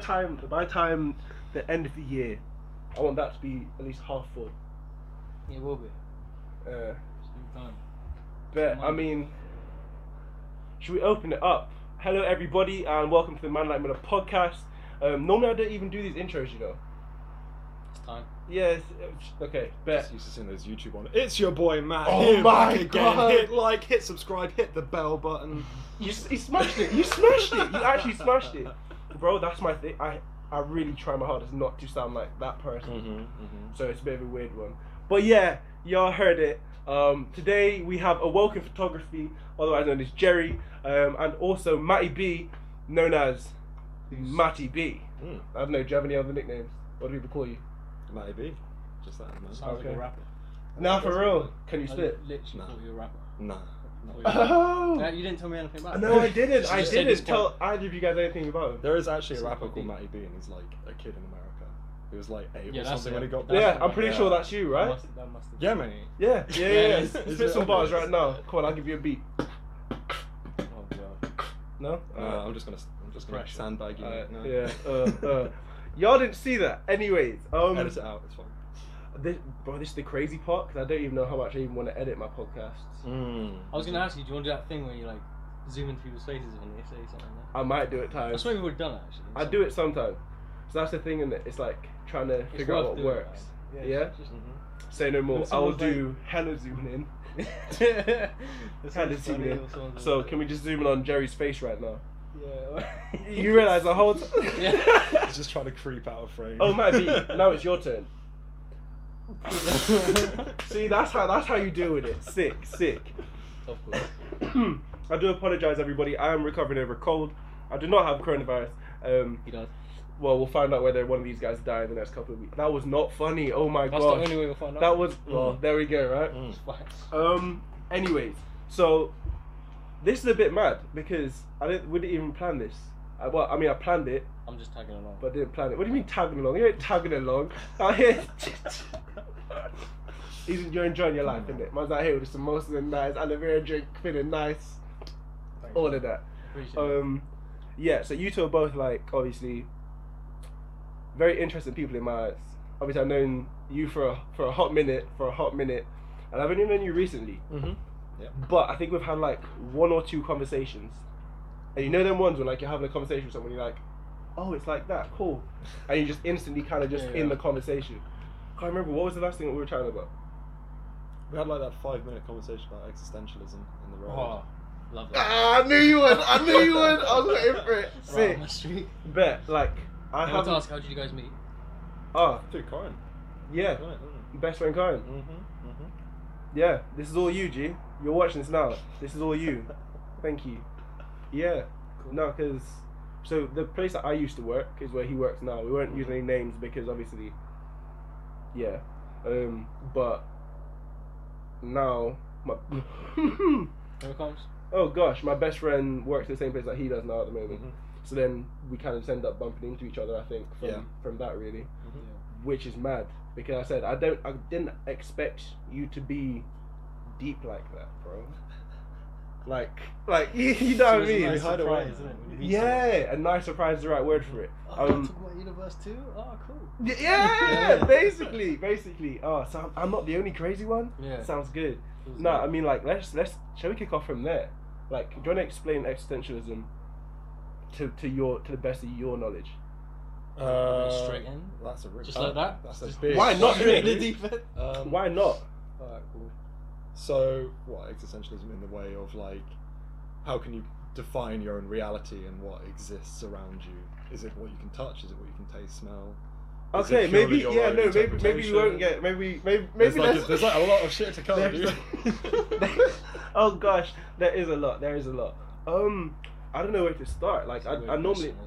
time, by time the end of the year, I want that to be at least half full. It will be. Uh, It's due time. but I mean, should we open it up? Hello, everybody, and welcome to the Man Like Miller podcast. Um, normally, I don't even do these intros, you know. It's time. Yes. it's- Okay. Bet. Just used to seeing those YouTube one. It's your boy Matt. Oh here my back again. God. Hit like, hit subscribe, hit the bell button. You, s- you smashed it. You smashed it. You actually smashed it, bro. That's my thing. I I really try my hardest not to sound like that person. So it's a bit of a weird one. But yeah, y'all heard it. Um, today we have Awoken Photography, otherwise known as Jerry, um, and also Matty B, known as Matty B. Mm. I don't know, do you have any other nicknames? What do people call you? Might be. Just that, man. Sounds like Okay. a rapper. Now for real, can you I spit? literally Nah. thought you were a rapper. Nah. I thought you were- Uh, Oh! you didn't tell me anything about it. No, I didn't. I Just said it's didn't tell either of you guys anything about him. There is actually a It's rapper not called deep. Matty B, and he's like a kid in America. He was like eight Yeah, or that's something it. when he got That's back. Yeah, I'm pretty Yeah. sure that's you, That right? must- That must have Yeah, mate. Yeah, yeah, Yeah, yeah. yeah. it's- it's Spit some obvious. bars right now. Come on, I'll give you a beat. Oh, God. No? Uh, I'm just gonna, I'm just gonna Pressure. sandbag you. Alright, mate. No. yeah. Uh, uh. Y'all didn't see that. Anyways, um, Edit it out. It's fine. This, bro, this is the crazy part because I don't even know how much I even want to edit my podcasts. hmm. I was going to ask you, do you want to do that thing where you like zoom into people's faces when they say something? Like I might do it that? I times. swear we've already done it, actually. I do it sometimes. So that's the thing, and it's like trying to It's figure out worth what doing, works. man. Yeah? it's just- Mm-hmm. Say no more. And I will someone's do hella zooming in. It's Hella always funny zooming in. when someone's So like- can we just zoom in on Jerry's face right now? Yeah. You realise the whole. T- Yeah. He's just trying to creep out of frame. oh, Matt B, now it's your turn. See, that's how that's how you deal with it. Sick, sick. Of course. I do apologise, everybody. I am recovering over a cold. I do not have coronavirus. Um, He does. Well, we'll find out whether one of these guys die in the next couple of weeks. That was not funny. Oh my That's the god. only way we'll find out. That was well. Mm. There we go. Right. Mm. Um. Anyways, so this is a bit mad because I didn't. We didn't even plan this. I, well, I mean, I planned it, I'm just tagging along. but Oh, I didn't plan it. What do you mean tagging along? You ain't tagging along. Out here. Isn't you're enjoying your life, isn't it? Man's out here with some mimosas and nice aloe vera drink, feeling nice, all of that. Appreciate it. Um, yeah, so you two are both like obviously very interesting people in my eyes. Obviously, I've known you for a, for a hot minute, for a hot minute, and I've only known you recently. Mm-hmm. But I think we've had like one or two conversations, and you know them ones when like you're having a conversation with someone, you're like, oh, it's like that, cool, and you just instantly kind of just Yeah, in yeah. the conversation. Can't remember what was the last thing that we were chatting about. We had like that five minute conversation about existentialism in the road. Oh, love that. Ah, I knew you would. I knew you would. I was waiting for it. Right Sick. on the street. Bet like I I want to have. ask, how did you guys meet? Ah, Through Corin. yeah. Best friend Karen. Mm-hmm. Mm-hmm. Yeah, this is all you, G. You're watching this now. This is all you. Thank you. Yeah. Cool. No, because so the place that I used to work is where he works now. We weren't using any names because obviously, yeah. Um, but now my Here it comes. oh gosh, my best friend works the same place that he does now at the moment. Mhm. So then we kind of end up bumping into each other. I think from Yeah. from that really Yeah. which is mad because I said I don't I didn't expect you to be deep like that, bro. Like like you, you know what So I it's a mean? nice hide away. surprise, isn't it, when you meet someone? Yeah, a nice surprise is the right word for it. Oh, Um, you talk about universe too? Oh, cool. Y- Yeah. Yeah, basically, basically. Oh, so I'm, I'm not the only crazy one. Yeah. Sounds good. Feels No, I good. mean like let's let's shall we kick off from there? Like, do you want to explain existentialism to to your to the best of your knowledge? Uh, Straight in? That's a rip. Just like that? That's Just- a big. Why not? straight the in. deep end. Um, Why not? Alright, cool. So, what existentialism in the way of like, how can you define your own reality and what exists around you? Is it what you can touch? Is it what you can taste, smell? Is it Okay, maybe purely your yeah, own no, maybe maybe we won't interpretation? get maybe maybe There's maybe like, a, let's- there's like a lot of shit to cover, There's- dude. oh gosh, there is a lot. There is a lot. Um, I don't know where to start. Like, It's a I, weird I normally question,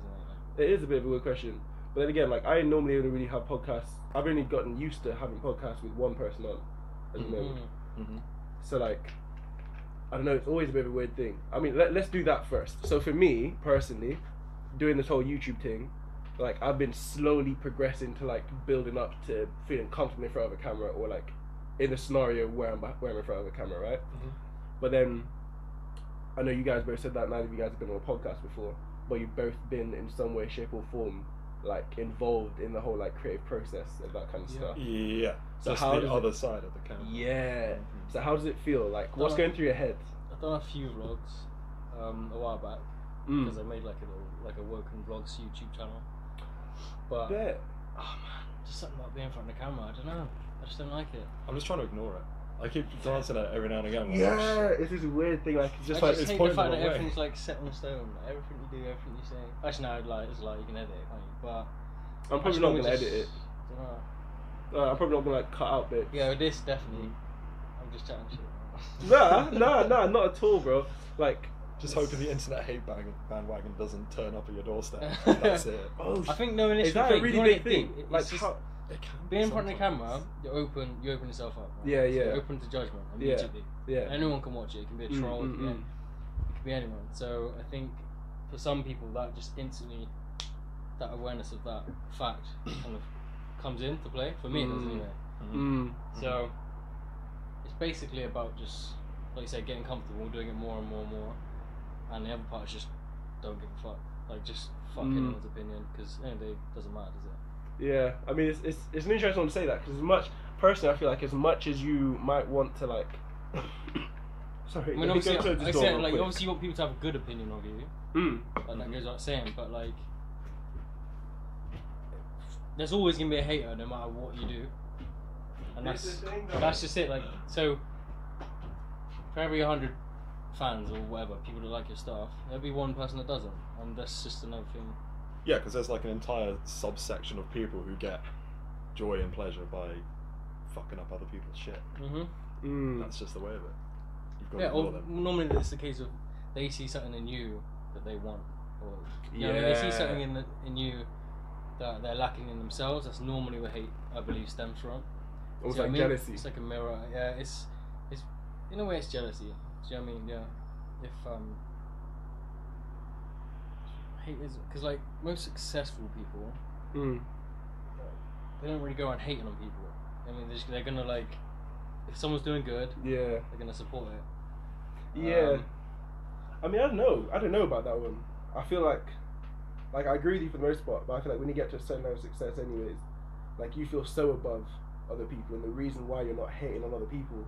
it isn't is a bit of a weird question, but then again, like I normally only really have podcasts. I've only gotten used to having podcasts with one person on, at the Mhm. it? moment. Mm. Mhm. So like, I don't know. It's always a bit of a weird thing. I mean, let, let's do that first. So for me personally, doing this whole YouTube thing, like I've been slowly progressing to like building up to feeling comfortable in front of a camera or like in a scenario where I'm beh- where I'm in front of a camera, right? Mhm. But then I know you guys both said that neither of you guys have been on a podcast before, but you've both been in some way, shape, or form like involved in the whole like creative process of that kind of Yeah. stuff. Yeah. So That's how the does other side of the camera. Yeah. Mhm. So how does it feel? Like what's Mm-hmm. Uh, going through your head? I've done a few vlogs um, a while back Mm. because I made like a little, like a woken vlogs YouTube channel. But Bet. oh man, just something about being in front of the camera. I don't know. I just don't like it. I'm just trying to ignore it. I keep glancing at it every now and again. I'm like, Yeah, it's this weird thing. Like Just I like, just it's hate the pointing the fact that wrong way. everything's like set in stone. Like, everything you do, everything you say. Actually, no, I'd like it's like you can edit it, can't you? But I'm probably not gonna edit it. I don't know. Uh, I'm probably not gonna like cut out bits. Yeah, with this definitely. I'm just chatting shit. Nah, nah, nah, not at all, bro. Like, Just hoping the internet hate bang- bandwagon doesn't turn up at your doorstep. That's it. oh, I think no, is initial that a fake, really you wanna big get thing? deep. It- like, it's just- how, It can Being in front of the sometimes. camera, you open, you open yourself up. Right? Yeah, yeah. So you're open to judgment Yeah. immediately. yeah. Anyone can watch it. It can be a Mm, mm, troll. it, can be, mm. it can be anyone. So I think for some people that just instantly that awareness of that fact kind of comes into play. For me, it does Mm. anyway. Mm-hmm. Mm. So it's basically about just like you said, getting comfortable, doing it more and more and more. And the other part is just don't give a fuck. Like just fuck Mm. anyone's opinion because end of the day it doesn't matter, does it? Yeah, I mean, it's, it's, it's an interesting one to say that because as much personally, I feel like as much as you might want to like, sorry, I mean, let me go obviously, close like, I this door said, real like, quick. obviously, you want people to have a good opinion of you. Mm. Like, Mhm. That goes without saying, but like, there's always gonna be a hater, no matter what you do, and It's that's the thing, though. that's just it. Like, so for every hundred fans or whatever people that like your stuff, there'll be one person that doesn't, and that's just another thing. Yeah, because there's like an entire subsection of people who get joy and pleasure by fucking up other people's shit. Mm-hmm. Mm. That's just the way of it. You've got Yeah, to ignore or them. normally it's the case of they see something in you that they want, or you know, when they see something in the, in you that they're lacking in themselves. That's normally where hate, I believe, stems from. Almost Do you know what like I mean? jealousy. It's like a mirror. Yeah, it's it's in a way it's jealousy. Do you know what I mean? Yeah. If um, hate is because like most successful people, Mm. they don't really go around hating on people. I mean, they're, just, they're gonna like if someone's doing good, Yeah, they're gonna support it. yeah. Um, I mean, I don't know. I don't know about that one. I feel like, like I agree with you for the most part, but I feel like when you get to a certain level of success, anyways, like you feel so above other people, and the reason why you're not hating on other people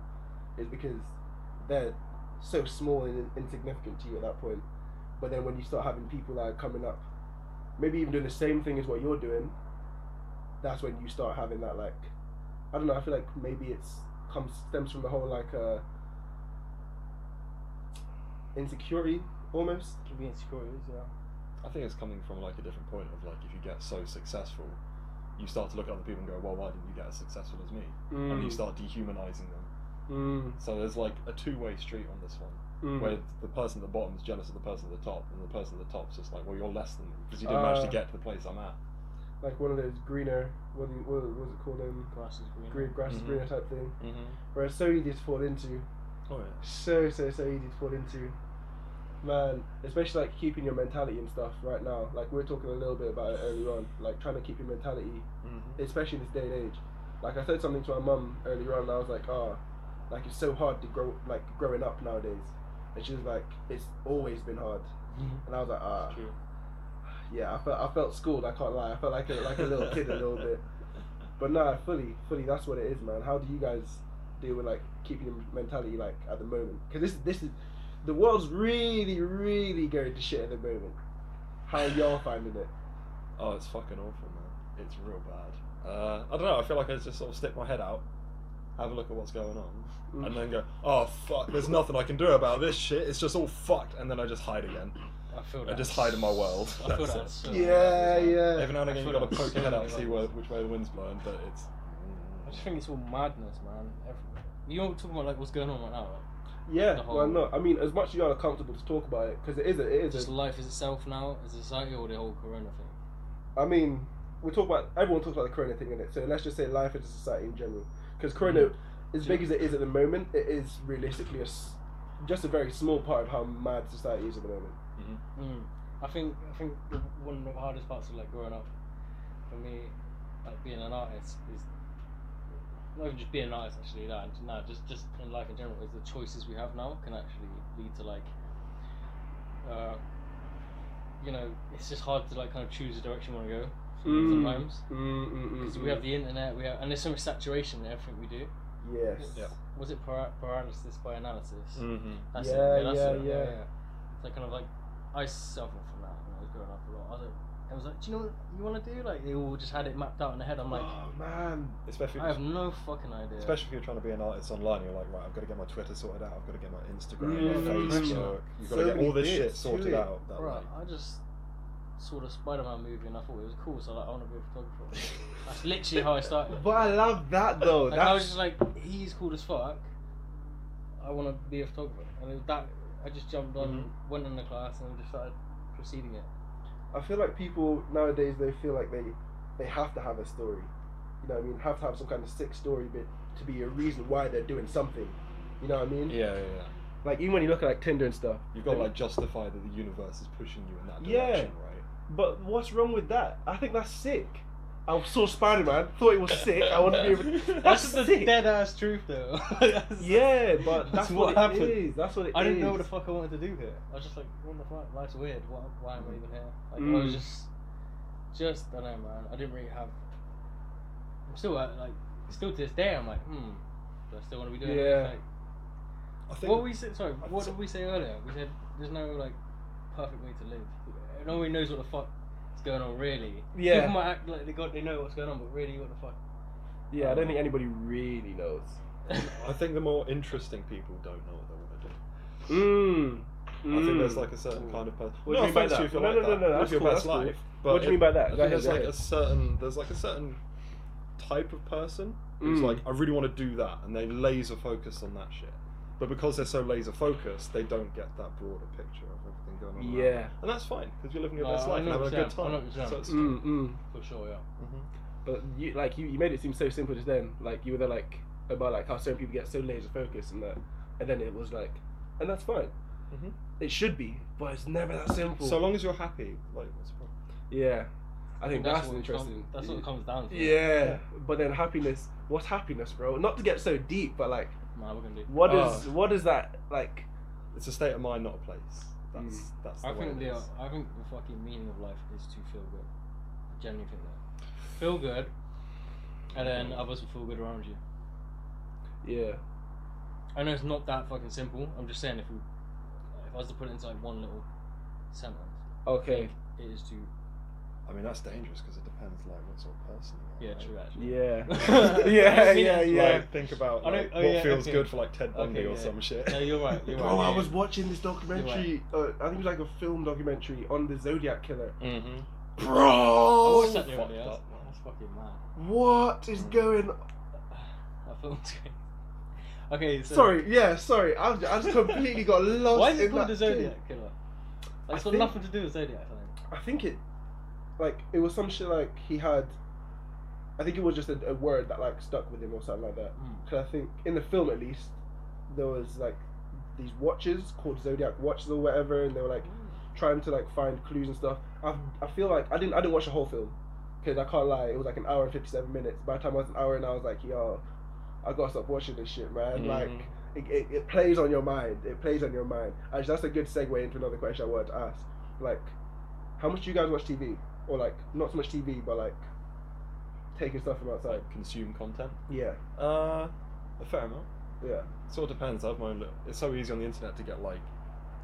is because they're so small and insignificant to you at that point. But then when you start having people that are coming up, maybe even doing the same thing as what you're doing, that's when you start having that like, I don't know. I feel like maybe it's comes stems from the whole like uh, insecurity almost. Can be insecurities, yeah. I think it's coming from like a different point of like if you get so successful, you start to look at other people and go, well, why didn't you get as successful as me? And you start dehumanizing them. Mm, So there's like a two-way street on this one, mm. where Mm-hmm. the person at the bottom is jealous of the person at the top, and the person at the top's just like, well, you're less than me because you didn't manage Uh, to get to the place I'm at. like one of those greener, what do you, what was it called? Um, Grass is green. green grass is Mhm. greener type thing, Mm-hmm. where it's so easy to fall into. Oh yeah. So so so easy to fall into. Man, especially like keeping your mentality and stuff right now. Like we were talking a little bit about it earlier on, like trying to keep your mentality, Mm-hmm. especially in this day and age. Like I said something to my mum earlier on, and I was like, ah, like it's so hard to grow, like growing up nowadays. And she was like, it's always been hard. And I was like, ah, Uh, It's true. yeah, I felt I felt schooled. I can't lie. I felt like a, like a little kid a little bit. But nah, fully, fully, that's what it is, man. How do you guys deal with like keeping your mentality like at the moment? Because this this is the world's really really going to shit at the moment. How y'all finding it? Oh, it's fucking awful, man. It's real bad. Uh, I don't know. I feel like I just sort of stick my head out, have a look at what's going on, and Mm. then go, oh fuck, there's nothing I can do about this shit. It's just all fucked, and then I just hide again. I feel I that. just hide in my world. I feel uh, That's that. so it. yeah, bad as well. yeah. Every now and again, you I feel gotta that poke your head out and so see many where, levels. which way the wind's blowing, but it's. I just think it's all madness, man. Everywhere. You know, talking about like what's going on right now. Like, yeah, the why whole- not? I mean, as much as y'all are comfortable to talk about it, because it is a, it is. just A, life is itself now, as a society, or the whole Corona thing. I mean, we talk about everyone talks about the corona thing in it. So let's just say life as a society in general, because corona, as big as it is at the moment, it is realistically a s just a very small part of how mad society is at the moment. Mm. I think I think the- one of the hardest parts of like growing up for me, like being an artist, is not even just being an artist actually. That no, just just in life in general, is the choices we have now can actually lead to like, uh, you know, it's just hard to like kind of choose the direction you want to go. Mm. sometimes. Mm, mm, mm, Because mm. we have the internet, we have, and there's so much saturation in everything we do. Yes. Yeah. Was it para- paralysis by analysis? Mm-hmm. That's Yeah, it. that's yeah, it. yeah. It's like kind of like I suffer from that when I was growing up a lot. I was, like, I was like, do you know what you want to do? Like they all just had it mapped out in their head. I'm like, oh man. Especially, I have no fucking idea. especially if you're trying to be an artist online, you're like, right, I've got to get my Twitter sorted out. I've got to get my Instagram, Mm. my Facebook. Mm. You've So got to get many all this shit bits to sorted it. out. That Bruh, I just saw the Spider-Man movie and I thought it was cool, so like, I want to be a photographer. That's literally how I started. But I love that though. Like, I was That's just like, he's cool as fuck. I want to be a photographer, and it- that I just jumped on, Mm-hmm. went on the class, and just started proceeding it. I feel like people nowadays they feel like they they have to have a story. You know what I mean? Have to have some kind of sick story bit to be a reason why they're doing something. You know what I mean? yeah, yeah, yeah. Like even when you look at like Tinder and stuff. You've got to like justify that the universe is pushing you in that Yeah. direction, right? But what's wrong with that? I think that's sick. I saw Spider Man, thought it was sick. I want to be. A... That's the sick. dead ass truth, though. That's- Yeah, but that's, what, it happened. is. That's what it is. I didn't know what the fuck I wanted to do here. I was just like, what the fuck? Life's weird. Why, why am I even here? Like, I Mm. was just, just I don't know, man. I didn't really have. I'm still uh, like, still to this day, I'm like, hmm. Do I still want to be doing it? Yeah. Like, I think. What we said, sorry, I what think- did we say earlier? We said there's no like perfect way to live. No one knows what the fuck is going on really. Yeah. People might act like they got they know what's going on, but really, what the fuck? Yeah, I don't think anybody really knows. I think the more interesting people don't know what they want to do. Mm. I think Mm. there's like a certain Ooh. kind of person. What do you mean by that? No, no, no, no, that's your cool, best that's cool. life. What do you it- mean by that? I Go think ahead, there's go like ahead. a certain there's like a certain type of person who's Mm. like, I really want to do that, and they laser focus on that shit. But because they're so laser focused, they don't get that broader picture of everything going on. around. Yeah. and that's fine because you're living your No, best I life and know having a what good you're saying, I know time. what you're So it's Mm-hmm. saying. Mm, mm. For sure, yeah. But you like you, you made it seem so simple just then. Like you were there like about like how certain people get so laser focused and that, and then it was like, and that's fine. Mhm. It should be, but it's never that simple. so long as you're happy, like what's the problem? yeah, I think that's, what it com- interesting. that's what it comes down to. yeah. but then happiness. What's happiness, bro? Not to get so deep, but like, Nah, we're gonna do. what is Oh. what is that like? It's a state of mind, not a place. That's Mm. that's. The I way think it the is. I think the fucking meaning of life is to feel good. I genuinely think that. Feel good, and then Mm. others will feel good around you. Yeah, I know it's not that fucking simple. I'm just saying if we, if I was to put it into like one little sentence, okay, it is to I mean, that's dangerous because it depends, like, what sort of person you yeah, are. right? true actually. yeah, I yeah, mean, yeah, like, yeah. Like, think about I like, don't- oh, what yeah, feels okay. good for like Ted Bundy Okay, or yeah. some shit. No, you're right, you're Bro, right. I was watching this documentary. Uh, I think it was like a film documentary on the Zodiac killer. Mm-hmm. Oh, I Bro, watched that the other fucked day. That's, up, man. that's fucking mad. what is Mm. going? That film's great. Okay, so Sorry, yeah, sorry. I just, I just completely got lost. Why is in it called that the Zodiac Killer? Like, it's I got think- nothing to do with Zodiac. I think. thing. I think it, like, it was some shit. Like he had, I think it was just a, a word that like stuck with him or something like that. Hmm. Mm. Because I think in the film at least, there was like these watches called Zodiac watches or whatever, and they were like trying to like find clues and stuff. I, I feel like I didn't I didn't watch the whole film because I can't lie, it was like an hour and fifty seven minutes. By the time I was an hour in, I was like, yo, I gotta stop watching this shit, man. Mm-hmm. Like it, it, it plays on your mind. It plays on your mind. Actually, that's a good segue into another question I wanted to ask. Like, how much do you guys watch TV? Or like not so much TV, but like taking stuff from outside. like consume content. Yeah, Uh, a fair amount. yeah. Sort of depends. I have my own little. It's so easy on the internet to get like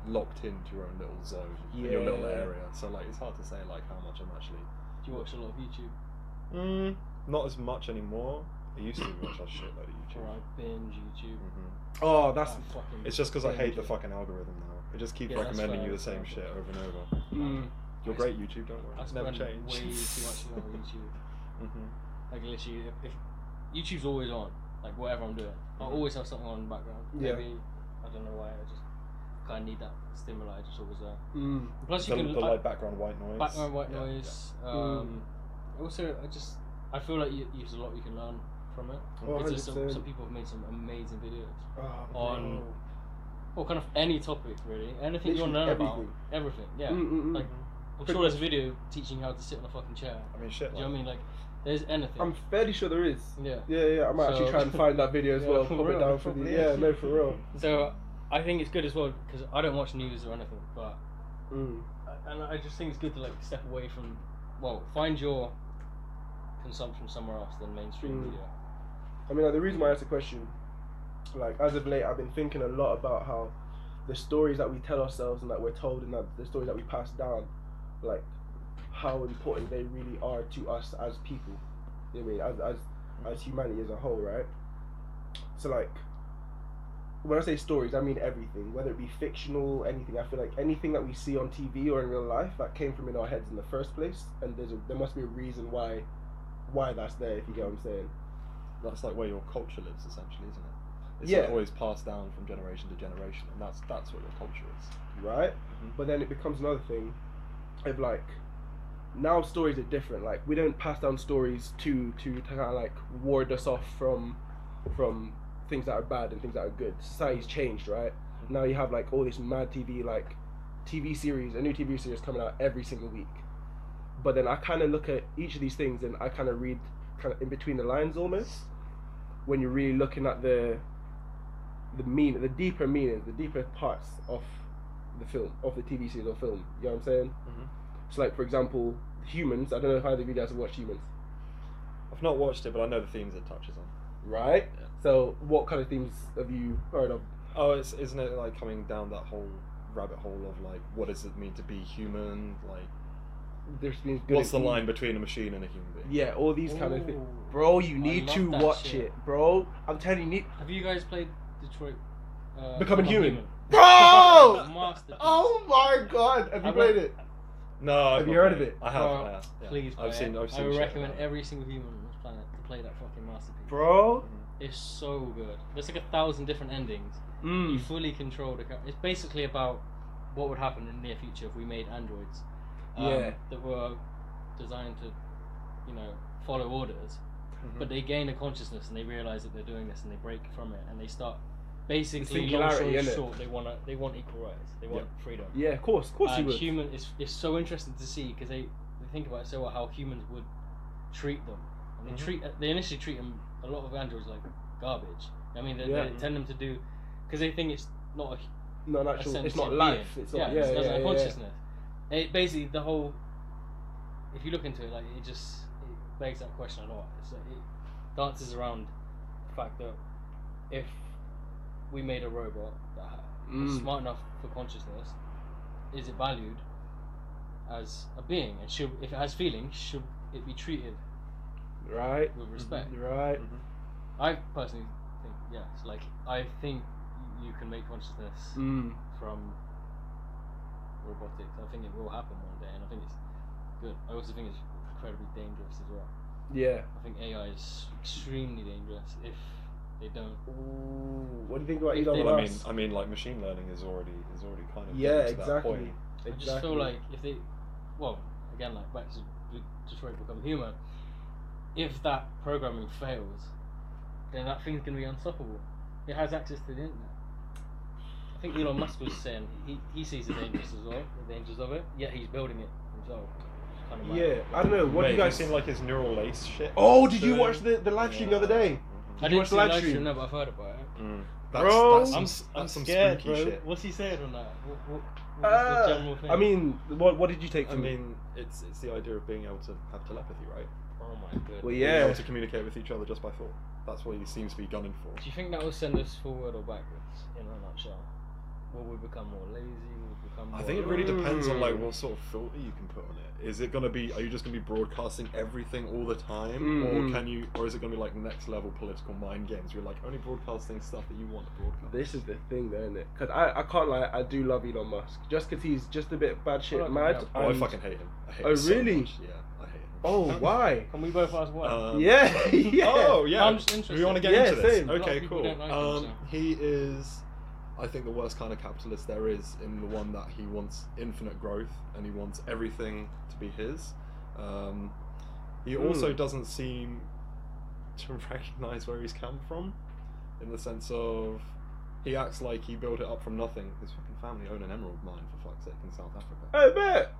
locked into your own little zone, and your little Yeah. area. So like, it's hard to say like how much I'm actually. Do you watch a lot of YouTube? Mm, not as much anymore. I used to watch a shitload of YouTube. Or I binge YouTube. hmm Oh, that's Ah, fucking. It's just because I hate the binge. fucking algorithm now. It just keeps Yeah, that's recommending fair, you the that's same fair. shit over and over. mm, You're I great, YouTube. Don't worry, I it's never spend changed. way too much time on YouTube. hmm Like literally, if, if YouTube's always on, like whatever I'm doing, I Mhm. always have something on in the background. Yeah. Maybe I don't know why. I just kind of need that stimuli. Just always there. mm. Plus, you The, can the I- like background white noise. background white Yeah, Mm. noise. Mm. Um, Also, I just I feel like you, there's a lot you can learn from it. Oh, It's just some, 100%. some people have made some amazing videos. Oh, On- bro. Well, kind of any topic really, anything you want to learn Literally about, everything. Yeah, Mm, mm, mm. like I'm sure there's a video teaching you how to sit on a fucking chair. Mm-hmm. I mean, shit. Do you know Like, what I mean? Like, there's anything. I'm fairly sure there is. yeah. Yeah, yeah. I might actually So- try and find that video as Yeah, well. for Pop it real, down for the probably yeah. is. No, for real. So I think it's good as well because I don't watch news or anything, but Mm. and I just think it's good to like step away from. Well, find your consumption somewhere else than mainstream Mm. media. I mean, like, the reason why I asked the question, like, as of late, I've been thinking a lot about how the stories that we tell ourselves and that we're told and that the stories that we pass down, like, how important they really are to us as people. You know what I mean? As, as, as humanity as a whole, right? So, like, when I say stories, I mean everything, whether it be fictional, anything. I feel like anything that we see on TV or in real life that came from in our heads in the first place, and there's a, there must be a reason why, why that's there. If you get what I'm saying. That's like where your culture lives, essentially, isn't it? It's Yeah. like always passed down from generation to generation, and that's that's what your culture is. right? Mhm. But then it becomes another thing of like now stories are different. Like we don't pass down stories to to, to kind of like ward us off from from things that are bad and things that are good. Society's changed, right? Mhm. Now you have like all this mad TV like TV series, a new TV series coming out every single week. But then I kind of look at each of these things and I kind of read kind of in between the lines almost when you're really looking at the the mean the deeper meanings, the deeper parts of the film, of the TV series or film. You know what I'm saying? Mhm. So, like for example, humans. I don't know if either of you guys have watched Humans, I've not watched it, but I know the themes it touches on. right? Yeah. So, what kind of themes have you heard of? Oh, it's, isn't it like coming down that whole rabbit hole of like, what does it mean to be human? Like, There's been good what's the and evil. line between a machine and a human being? Yeah, all these kind of things. Ooh. Bro, you I need love to that watch shit. it, bro. I'm telling you, you need. Have you guys played Detroit? Uh, Becoming Human. Bro! Masterpiece. Oh my god! Have you I played went- it? No, I've Have you not heard played of it? I have. Oh, I have, yeah. Please, play I've seen. It. I've I seen. would shit recommend about it. every single human on this planet to play that fucking masterpiece. Bro. Mm-hmm. It's so good. There's like a thousand different endings. You Mm. fully control the. Car- it's basically about what would happen in the near future if we made androids um, Yeah. that were designed to, you know, follow orders. Hmm. Mhm. But they gain a consciousness and they realize that they're doing this and they break from it and they start. Basically, long singularity, innit? story short, they want they want equal rights. They want freedom. Yeah, of course, of course you and would. Uh, human it's, it's so interesting to see because they, they think about it so well how humans would treat them and Mm-hmm. they Mhm. treat uh, they initially treat them a lot of androids like garbage i mean they, Yeah. they tend them to do because they think it's not a, hu- No, an a actual. It's not sentient life. being. It's not. Yeah, it yeah, doesn't yeah, have yeah. consciousness it basically the whole if you look into it like it just it begs that question a lot it's like it dances around the fact that if we made a robot that ha- was Mm. smart enough for consciousness, is it valued as a being? And should, if it has feelings, should it be treated Right. Mm, with respect? Right. Mm-hmm. I personally think yes. Like I think you can make consciousness Mm. from robotics. I think it will happen one day, and I think it's good. I also think it's incredibly dangerous as well. Yeah. I think AI is extremely dangerous if they don't. Ooh, what do you think about Elon Well, I mean, Musk? I mean, like machine learning is already is already kind of Yeah, getting to exactly. That point. I just feel like if they, well, again, like back to D- Detroit Become Human, if that programming fails, then that thing's gonna be unstoppable. It has access to the internet. I think Elon Musk was saying he, he sees the dangers as well, the dangers of it. Yet he's building it himself. It's kind of mad. Yeah, I don't know. What Mate, do you guys have seen like his neural lace shit? Oh, did you Doing- watch the, the live stream the other day? Mhm. I you didn't watch see the the live live stream? stream, no, but I've heard about it. Mm. Bro, that's, I'm that's some spooky shit. What's he saying on that? What, what, what was the Uh, general thing? I mean, what what did you take I from it? mean, it's it's the idea of being able to have telepathy, right? oh my goodness. Well, Being yeah, able to communicate with each other just by thought. That's what he seems to be gunning for. Do you think that will send us forward or backwards in a nutshell? Will we become more lazy? Will we become more I think it really depends on like Mm. what sort of filter you can put on it. Is it gonna be? Are you just gonna be broadcasting everything all the time, Mm. or can you? Or is it gonna be like next level political mind games? Where you're like only broadcasting stuff that you want to broadcast. this is the thing, though, isn't it? Because I, I can't lie, I do love Elon Musk. Just because he's just a bit bad shit I don't mad. know. Oh, I and- fucking hate him. I hate Oh, him so really? much. Yeah, I hate him. Oh, why? Can we both ask why? Um, yeah, yeah. Oh yeah. I'm just interested. We want to get Yeah, into this. same. A lot of Okay, people cool. don't like him, um, so. He is, I think, the worst kind of capitalist there is. In the one that he wants infinite growth and he wants everything to be his. Um, he Hmm. also doesn't seem to recognize where he's come from, in the sense of he acts like he built it up from nothing. His fucking family own an emerald mine for fuck's sake in South Uh. Africa. I bet.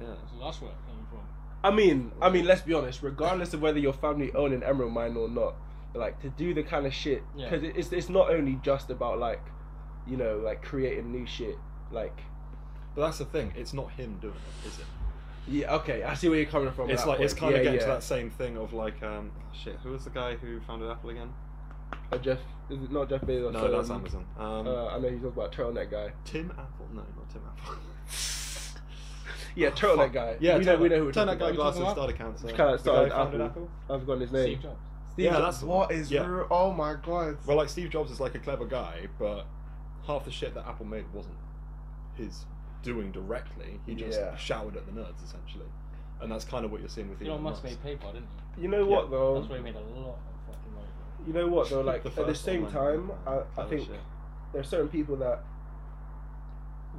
Yeah. That's the last word coming from. I mean, I mean, let's be honest. Regardless of whether your family own an emerald mine or not, like to do the kind of shit Yeah. because it's it's not only just about like, you know, like creating new shit. Like But that's the thing. It's not him doing it, is it? Yeah, okay, I see where you're coming from. at it's that like it's point. kind of yeah, getting to yeah. that same thing of like um oh, shit. Who was the guy who founded Apple again? Uh, Jeff, is it not Jeff Bezos? No, that's um, Amazon. Um, Uh, I know you talk about turtleneck guy. Tim Apple? No, not Tim Apple. Yeah, Oh, turtleneck fuck. guy. Yeah, we know, we know who. we're Turn talking that guy about. glasses talking about? started cancer. This guy that The started who founded Apple. I've got his name. Steve Jobs. Steve Yeah, Jobs. that's the one. What is Yeah. real? Oh my god. Well, like Steve Jobs is like a clever guy, but half the shit that Apple made wasn't his doing directly. He just Yeah. showered at the nerds essentially, and that's kind of what you're seeing with Elon Musk made PayPal, didn't he? You know what Yeah. though? That's where he made a lot of fucking money. You know what though? Like The at the first same online time, I, I fellowship. think there's certain people that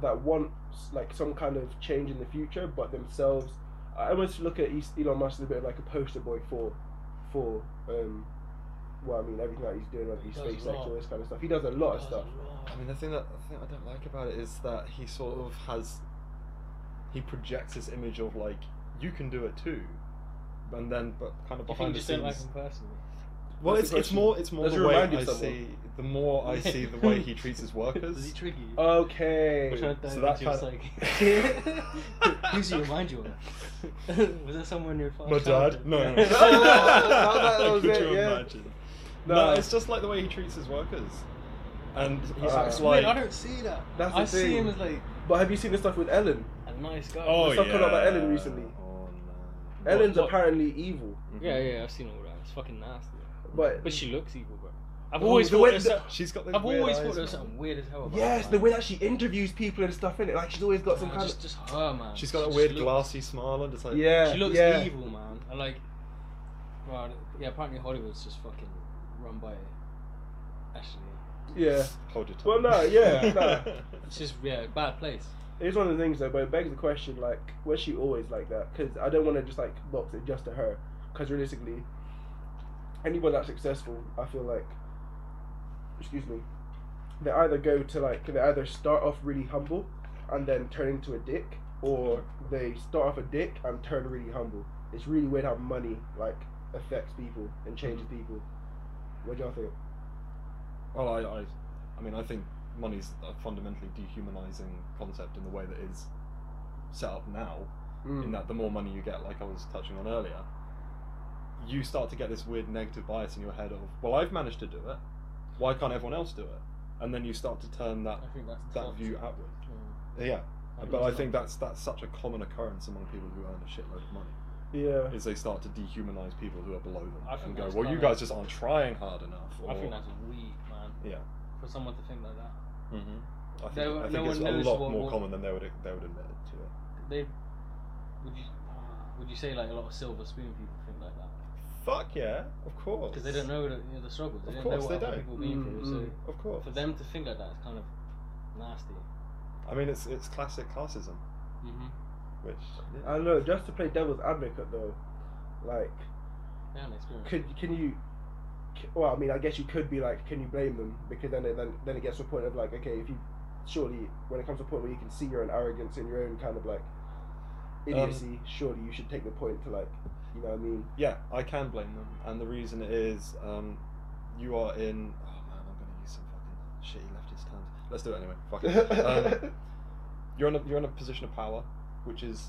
that want like some kind of change in the future, but themselves. I almost look at East- Elon Musk as a bit like a poster boy for for um, well, I mean everything that he's doing, whether he's He does a SpaceX, lot. all this kind of stuff. He does a lot of stuff. I mean, the thing that the thing I don't like about it is that he sort of has he projects this image of like you can do it too, and then but kind of Do you think behind you the just don't like scenes. him personally? Well, That's it's, the it's question. more it's more Does the he way remind you I of someone? see the more I see the way he treats his Is he workers. tricky? Okay. Which I don't so think that she was kind- like. Who's he remind you of? was there someone you're My dad? No. no, no. No, that- that was Could it, you yeah. imagine? No. No. it's just like the way he treats his workers, and he Uh, acts Wait, I like. don't see that. That's the I thing. see him as like But have you seen the stuff with Ellen? a nice guy. Oh Stop yeah. talking about Ellen recently. Oh, no. Ellen's what? apparently evil, Mhm. Yeah, yeah, I've seen all that. It's fucking nasty. but, But she looks evil, bro. I've Oh, Ooh, always the thought way- there's the- some- She's got. the I've weird always eyes, thought there was man. something weird as hell. About yes, her, the man. way that she interviews people and stuff in it, like she's always got some Nah, kind just, of just her, man. She's got a She weird looks- glassy smile and just like. yeah, She looks yeah. evil, man. And like, right, yeah. Apparently Hollywood's just fucking run by Ashley. Yeah, Hold your Well, tongue. no, yeah, no. It's just yeah, bad place. it's one of the things though. But it begs the question, like, was she always like that? Because I don't want to just like box it just to her. Because realistically, anyone that's successful, I feel like, excuse me, they either go to like they either start off really humble and then turn into a dick, or they start off a dick and turn really humble. It's really weird how money like affects people and changes people. What do y'all think? Well, I, I, I mean, I think money's a fundamentally dehumanizing concept in the way that is set up now. Hmm. In that, the more money you get, like I was touching on earlier, you start to get this weird negative bias in your head of, well, I've managed to do it. Why can't everyone else do it? And then you start to turn that I think that's that tough. view outward. Mm. Yeah, think but I that's think that's that's such a common occurrence among people who earn a shitload of money Yeah. is they start to dehumanize people who are below them I think and go, that's well, you kinda- guys just aren't trying hard enough. tough. Or, I think that's weak, man. yeah. For someone to think like that, Mm-hmm. I think, No- I think no one it's a knows lot what- more what- common than they would they would admit it to it. they would you would you say like a lot of silver spoon people think like that Fuck yeah, of course. because they don't know the, you know, the struggles. They Of don't know course what they other don't. people have been through. Mm, So Of course. for them to think like that is kind of nasty. I mean, it's it's classic classism, Mm-hmm. which I don't know. Just to play devil's advocate though, like. They haven't experienced. could can you c- well i mean i guess you could be like can you blame them because then it then, then it gets to a point of like okay if you surely when it comes to a point where you can see your own arrogance and your own kind of like Um, idiocy surely you should take the point to like you know what i mean yeah, I can blame them, and the reason is um, you are in. Oh man, I'm gonna use some fucking shitty leftist terms. Let's do it anyway. Fuck it. Um, you're in a you're in a position of power, which is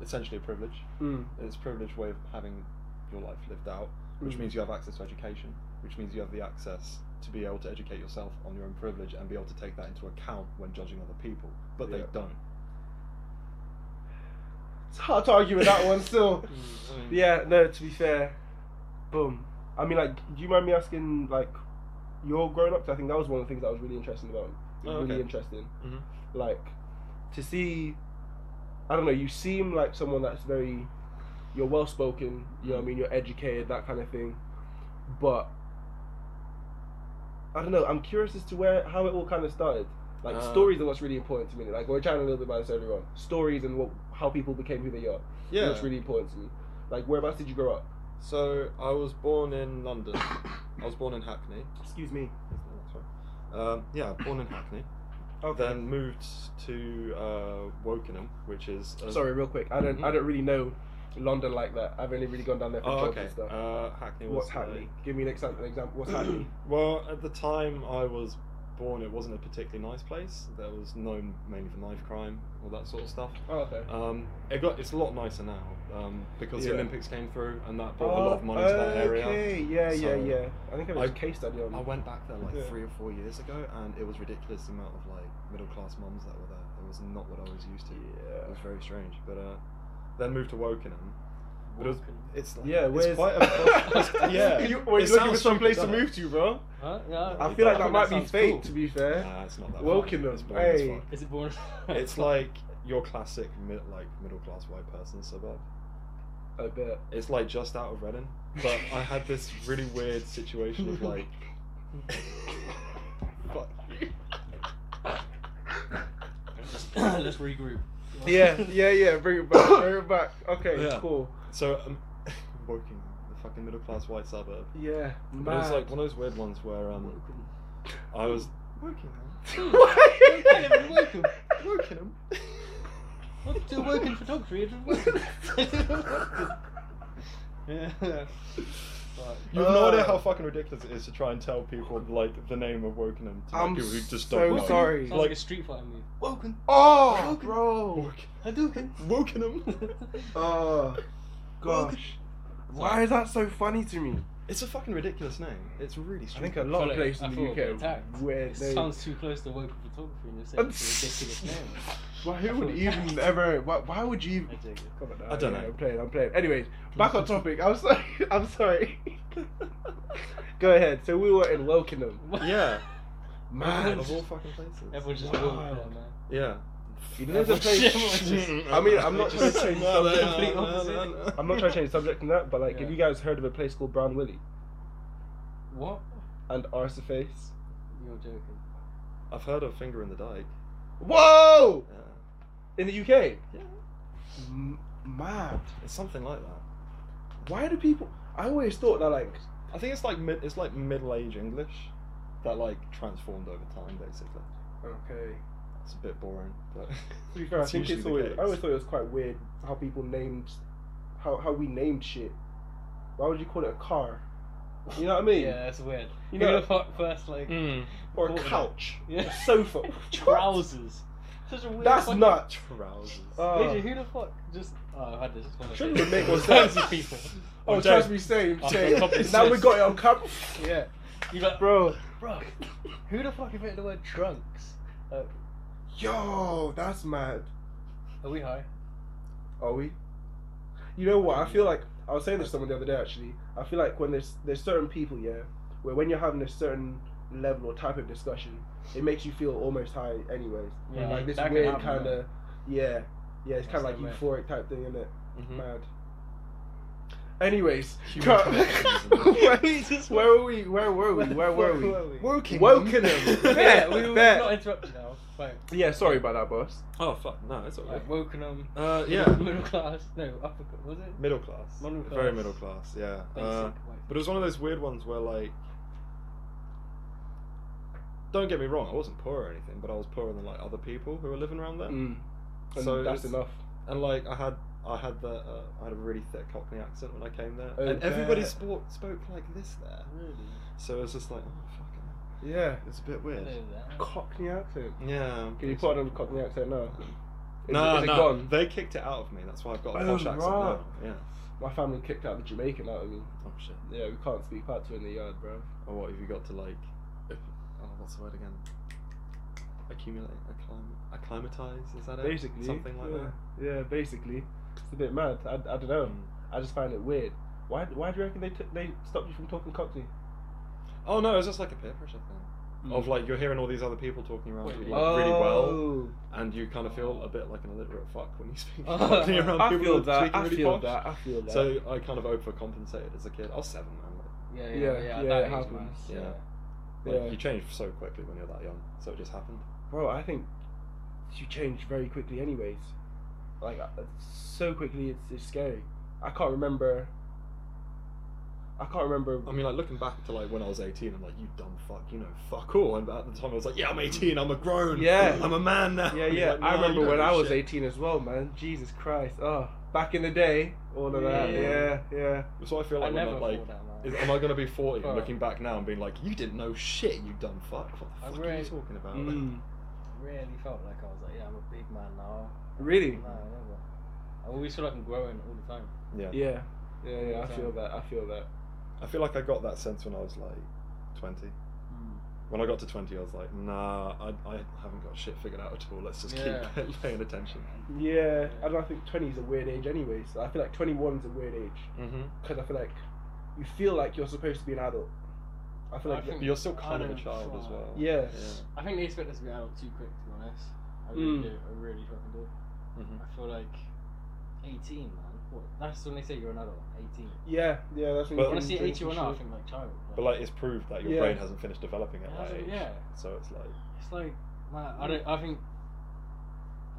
essentially a privilege. Mm, It's a privileged way of having your life lived out. which mm. means you have access to education, which means you have the access to be able to educate yourself on your own privilege and be able to take that into account when judging other people. But they Yeah. don't. it's hard to argue with that one still Mm, I mean, yeah no to be fair boom i mean like do you mind me asking like your grown up i think that was one of the things that was really interesting about Oh, really okay. interesting Mhm. like to see i don't know you seem like someone that's very you're well spoken you know Mm. what i mean you're educated that kind of thing but i don't know i'm curious as to where how it all kind of started like Uh. stories are what's really important to me like we we're chatting a little bit about this earlier on stories and what how people became who they are Yeah. that's really important to me. Like, whereabouts did you grow up? So I was born in London. I was born in Hackney. Excuse me. Um, yeah, born in Hackney. Okay. Then moved to uh, Wokingham, which is a- Sorry, real quick. I don't. I Mhm. don't really know London like that. I've only really gone down there for Oh, jobs okay. and stuff. Uh, Hackney was What's uh, Hackney? Give me an example. An example. What's Hackney? Well, at the time I was born, it wasn't a particularly nice place. That was known mainly for knife crime, all that sort of stuff. Oh, okay. Um, it got it's a lot nicer now um, because Yeah. the Olympics came through and that brought a lot of money to that area. Oh, Okay, yeah, yeah, So- yeah. I think I was a I- case study on. I went back there like Yeah. three or four years ago, and it was ridiculous the amount of like middle class mums that were there. It was not what I was used to. It Yeah. was very strange. But uh, then moved to Wokingham. But it was, Wokingham. it's like, Yeah, it's where's quite a yeah. you, were you looking It for sounds some place to stupid, move to, bro? Huh? Yeah, I Yeah, feel like that I think might be sounds fake, cool. to be fair. Nah, it's not that. Wokingham, far. It's boring as hey. fuck. Is it born? It's like your classic mid, like middle class white person suburb. I bet. It's like just out of Reading, but I had this really weird situation of like. Fuck. Let's regroup. Yeah, yeah, yeah. Bring it back. Bring it back. Okay, Yeah. cool. So um, Woking, the fucking middle class white suburb. Yeah, But it was mad. like one of those weird ones where um, I was Woking. Wokingham, Wokingham. Wokingham. What do work in photography? It doesn't yeah. Right. You have no Uh. idea how fucking ridiculous it is to try and tell people like the name of Wokingham to like, I'm people who just so don't know. sorry. Sounds like, Like a Street Fighter move. Woken, Oh, Woken. bro. Hadouken. Wokingham. Oh, gosh. Why is that so funny to me? It's a fucking ridiculous name. It's really I stupid. think a lot of Sorry, places I in feel the a bit UK are attacked. weird It names. sounds too close to work in photography and you're saying it's a ridiculous name. Well, I who feel would even attacked. ever? Why, why would you? I Even... dig it. Come on, I don't yeah, know. I'm playing. I'm playing. Anyways, back on topic. I'm sorry. I'm sorry. Go ahead. So we were in Wokingham. Yeah. Man, Of all fucking places. Everyone's just Wow. walking around, man. Yeah. you know the place. I mean, I'm not trying to change No, no, subject. no, no, no, no. I'm not trying to change subject from that, but like, have you Yeah. guys heard of a place called Brown Willie What? and Arseface? You're joking. I've heard of Finger in the Dike. Whoa! Yeah. In the UK. Yeah. M- mad. It's something like that. Why do people? I always thought that like I think it's like mid, it's like Middle Age English that like transformed over time basically. okay. It's a bit boring, but To be fair, I It's think usually it's the always. case. I always thought it was quite weird how people named, how how we named shit. Why would you call it a car? You know what I mean? Yeah, that's weird. You You know- know, first like Or a What? couch, a yeah. sofa, trousers. Such a weird. That's fucking- nuts. trousers. Uh, Major, who the fuck just? Oh, I've had this. It's one of Shouldn't those. it make more Fancy sense? people. oh, Or trust Dave. me, same, I've same. got copies. Now we got it on camera. Yeah. You like, bro, Bro, bro. Who the fuck invented the word trunks? Uh, yo, that's mad. are we high? Are we? You know what? I feel like I was saying this to someone the other day. Actually, I feel like when there's there's certain people, yeah, where when you're having a certain level or type of discussion, it makes you feel almost high, anyways. Yeah, like this that can weird happen, kind of, yeah, yeah, it's kind That's of like the way. euphoric type thing, isn't it? Mhm. Mad. Anyways, Human cut. connection. Wait, where were we? Where were we? Where were we? Woking. Wokingham. yeah, we were Bet. not interrupted now. Right. Yeah, sorry about that, boss. Oh fuck, no, it's alright. Like Wokenham, Uh, yeah. yeah, middle class, no, upper class, was it? middle class. Middle Very class. middle class. Yeah. Basic, Uh, white. But it was one of those weird ones where, like, don't get me wrong, I wasn't poor or anything, but I was poorer than like other people who were living around there. Mm. And So that's it's- enough. And like, I had, I had the, uh, I had a really thick Cockney accent when I came there, Oh, and everybody bet. spoke spoke like this there. Really? So it was just like, oh fucking, hell. Yeah. it's a bit weird. Hello there. Cockney accent. Yeah. Can you put on a Cockney accent now? Is No, it, is no, It gone? they kicked it out of me. That's why I've got a Oh, posh accent right. now. Yeah. My family kicked out the Jamaican out of me. Oh shit. Yeah, we can't speak patois in the yard, bro. Or what have you got to like? Oh, what's the word again? Accumulate, acclim- acclimatize. Is that it? Basically, something like yeah. that. Yeah, basically, it's a bit mad. I, I don't know. I just find it weird. Why? Why do you reckon they took they stopped you from talking Cockney? Oh no, it's just like a peer pressure Mm. thing. Of like you're hearing all these other people talking around you Wait, like really well, Oh. and you kind of feel a bit like an illiterate fuck when you speak Cockney around I people feel are that. speaking I really feel posh. that. I feel that. So I kind of overcompensated as a kid. I was seven, man. Yeah, Yeah, yeah, yeah. yeah, that it is happens. nice, Yeah. Like, yeah. You change so quickly when you're that young, so it just happened. bro, I think you change very quickly, anyways. Like I- so quickly, it's, it's scary. I can't remember. I can't remember. I mean, like looking back to like when I was 18, I'm like, you dumb fuck, you know, fuck all. And at the time, I was like, yeah, I'm 18, I'm a grown, Yeah. I'm a man now. Yeah, And you're yeah. I like, "Nah, you remember don't when know I was shit." 18 as well, man. Jesus Christ. Oh, back in the day, all of that. Yeah. Yeah, yeah. So I feel I like when never I'm fall like, down that. is, am I gonna be forty and Alright. looking back now and being like, you didn't know shit, you dumb fuck. What the I fuck are you really- talking about? Mm. really felt like I was like, yeah, I'm a big man now. No, Really? never. I always feel like I'm growing all the time. Yeah. Yeah. Yeah, yeah. I feel that. I feel that. I feel like I got that sense when I was like twenty. Hmm. When I got to twenty, I was like, nah, I, I haven't got shit figured out at all. Let's just Yeah. keep paying attention. Yeah, and I think 20 is a weird age anyway. So I feel like 21 is a weird age Mm-hmm. because I feel like you feel like you're supposed to be an adult. I feel I like think- But you're still kind of a I'm child as fine. well. Yeah. I think they expect us to be out too quick, to be honest. I really Hmm. Mm. do. I really fucking do. Mhm. I feel like 18, man. What? That's when they say you're an adult, 18. yeah, yeah. That's when But- you Honestly, drink 18 or and not, I shit. think like child. But like, it's proved that your Yeah. brain hasn't finished developing at It that hasn't, age. yeah. So it's like, It's like, man, I don't. I think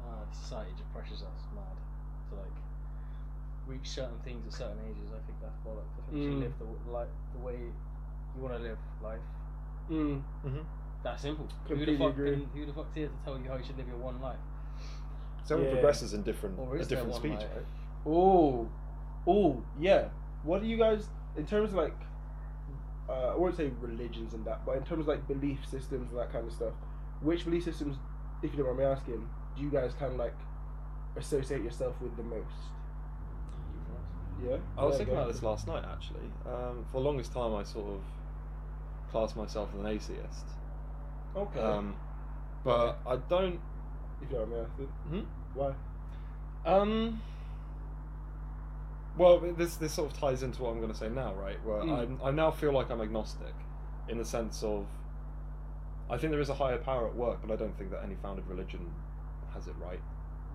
uh, society just pressures us mad to like reach certain things at certain ages. I think that's bollocks. I think you Hmm. Mm. should live the w- like the way you want to live life. Mm. Mm-hmm. That simple. Completely who the fuck? agree. Can, who the fuck's here to tell you how you should live your one life? someone Yeah. progresses in different Or at is there Hmm. different one speeds, life? right? Oh, oh, yeah. What do you guys, in terms of like, uh, I won't say religions and that, but in terms of like belief systems and that kind of stuff, which belief systems, if you don't mind me asking, do you guys kind of like associate yourself with the most? Yeah. I was Yeah, thinking go about ahead. this last night actually. Um, for the longest time, I sort of classed myself as an atheist. Okay. Um, but I don't. if you don't mind me asking. Hmm? Why? Um, well, this this sort of ties into what I'm going to say now, right? Where Hmm. Mm. I'm, I now feel like I'm agnostic, in the sense of, I think there is a higher power at work, but I don't think that any founded religion has it right.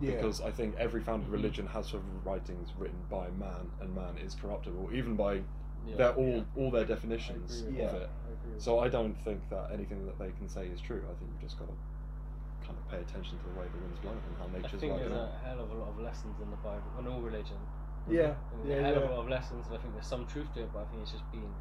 Yeah. because I think every founded Mhm. religion has sort of writings written by man, and man is corruptible, even by Yeah. their all Yeah. all their I definitions of agree with it. I agree with So I don't think that anything that they can say is true. I think you've just got to kind of pay attention to the way the wind's blowing and how that. I nature's think there's working. out. a hell of a lot of lessons in the Bible, in all religion. yeah. There's Yeah. a hell Yeah. of a lot of lessons, and I think there's some truth to it, but I think it's just been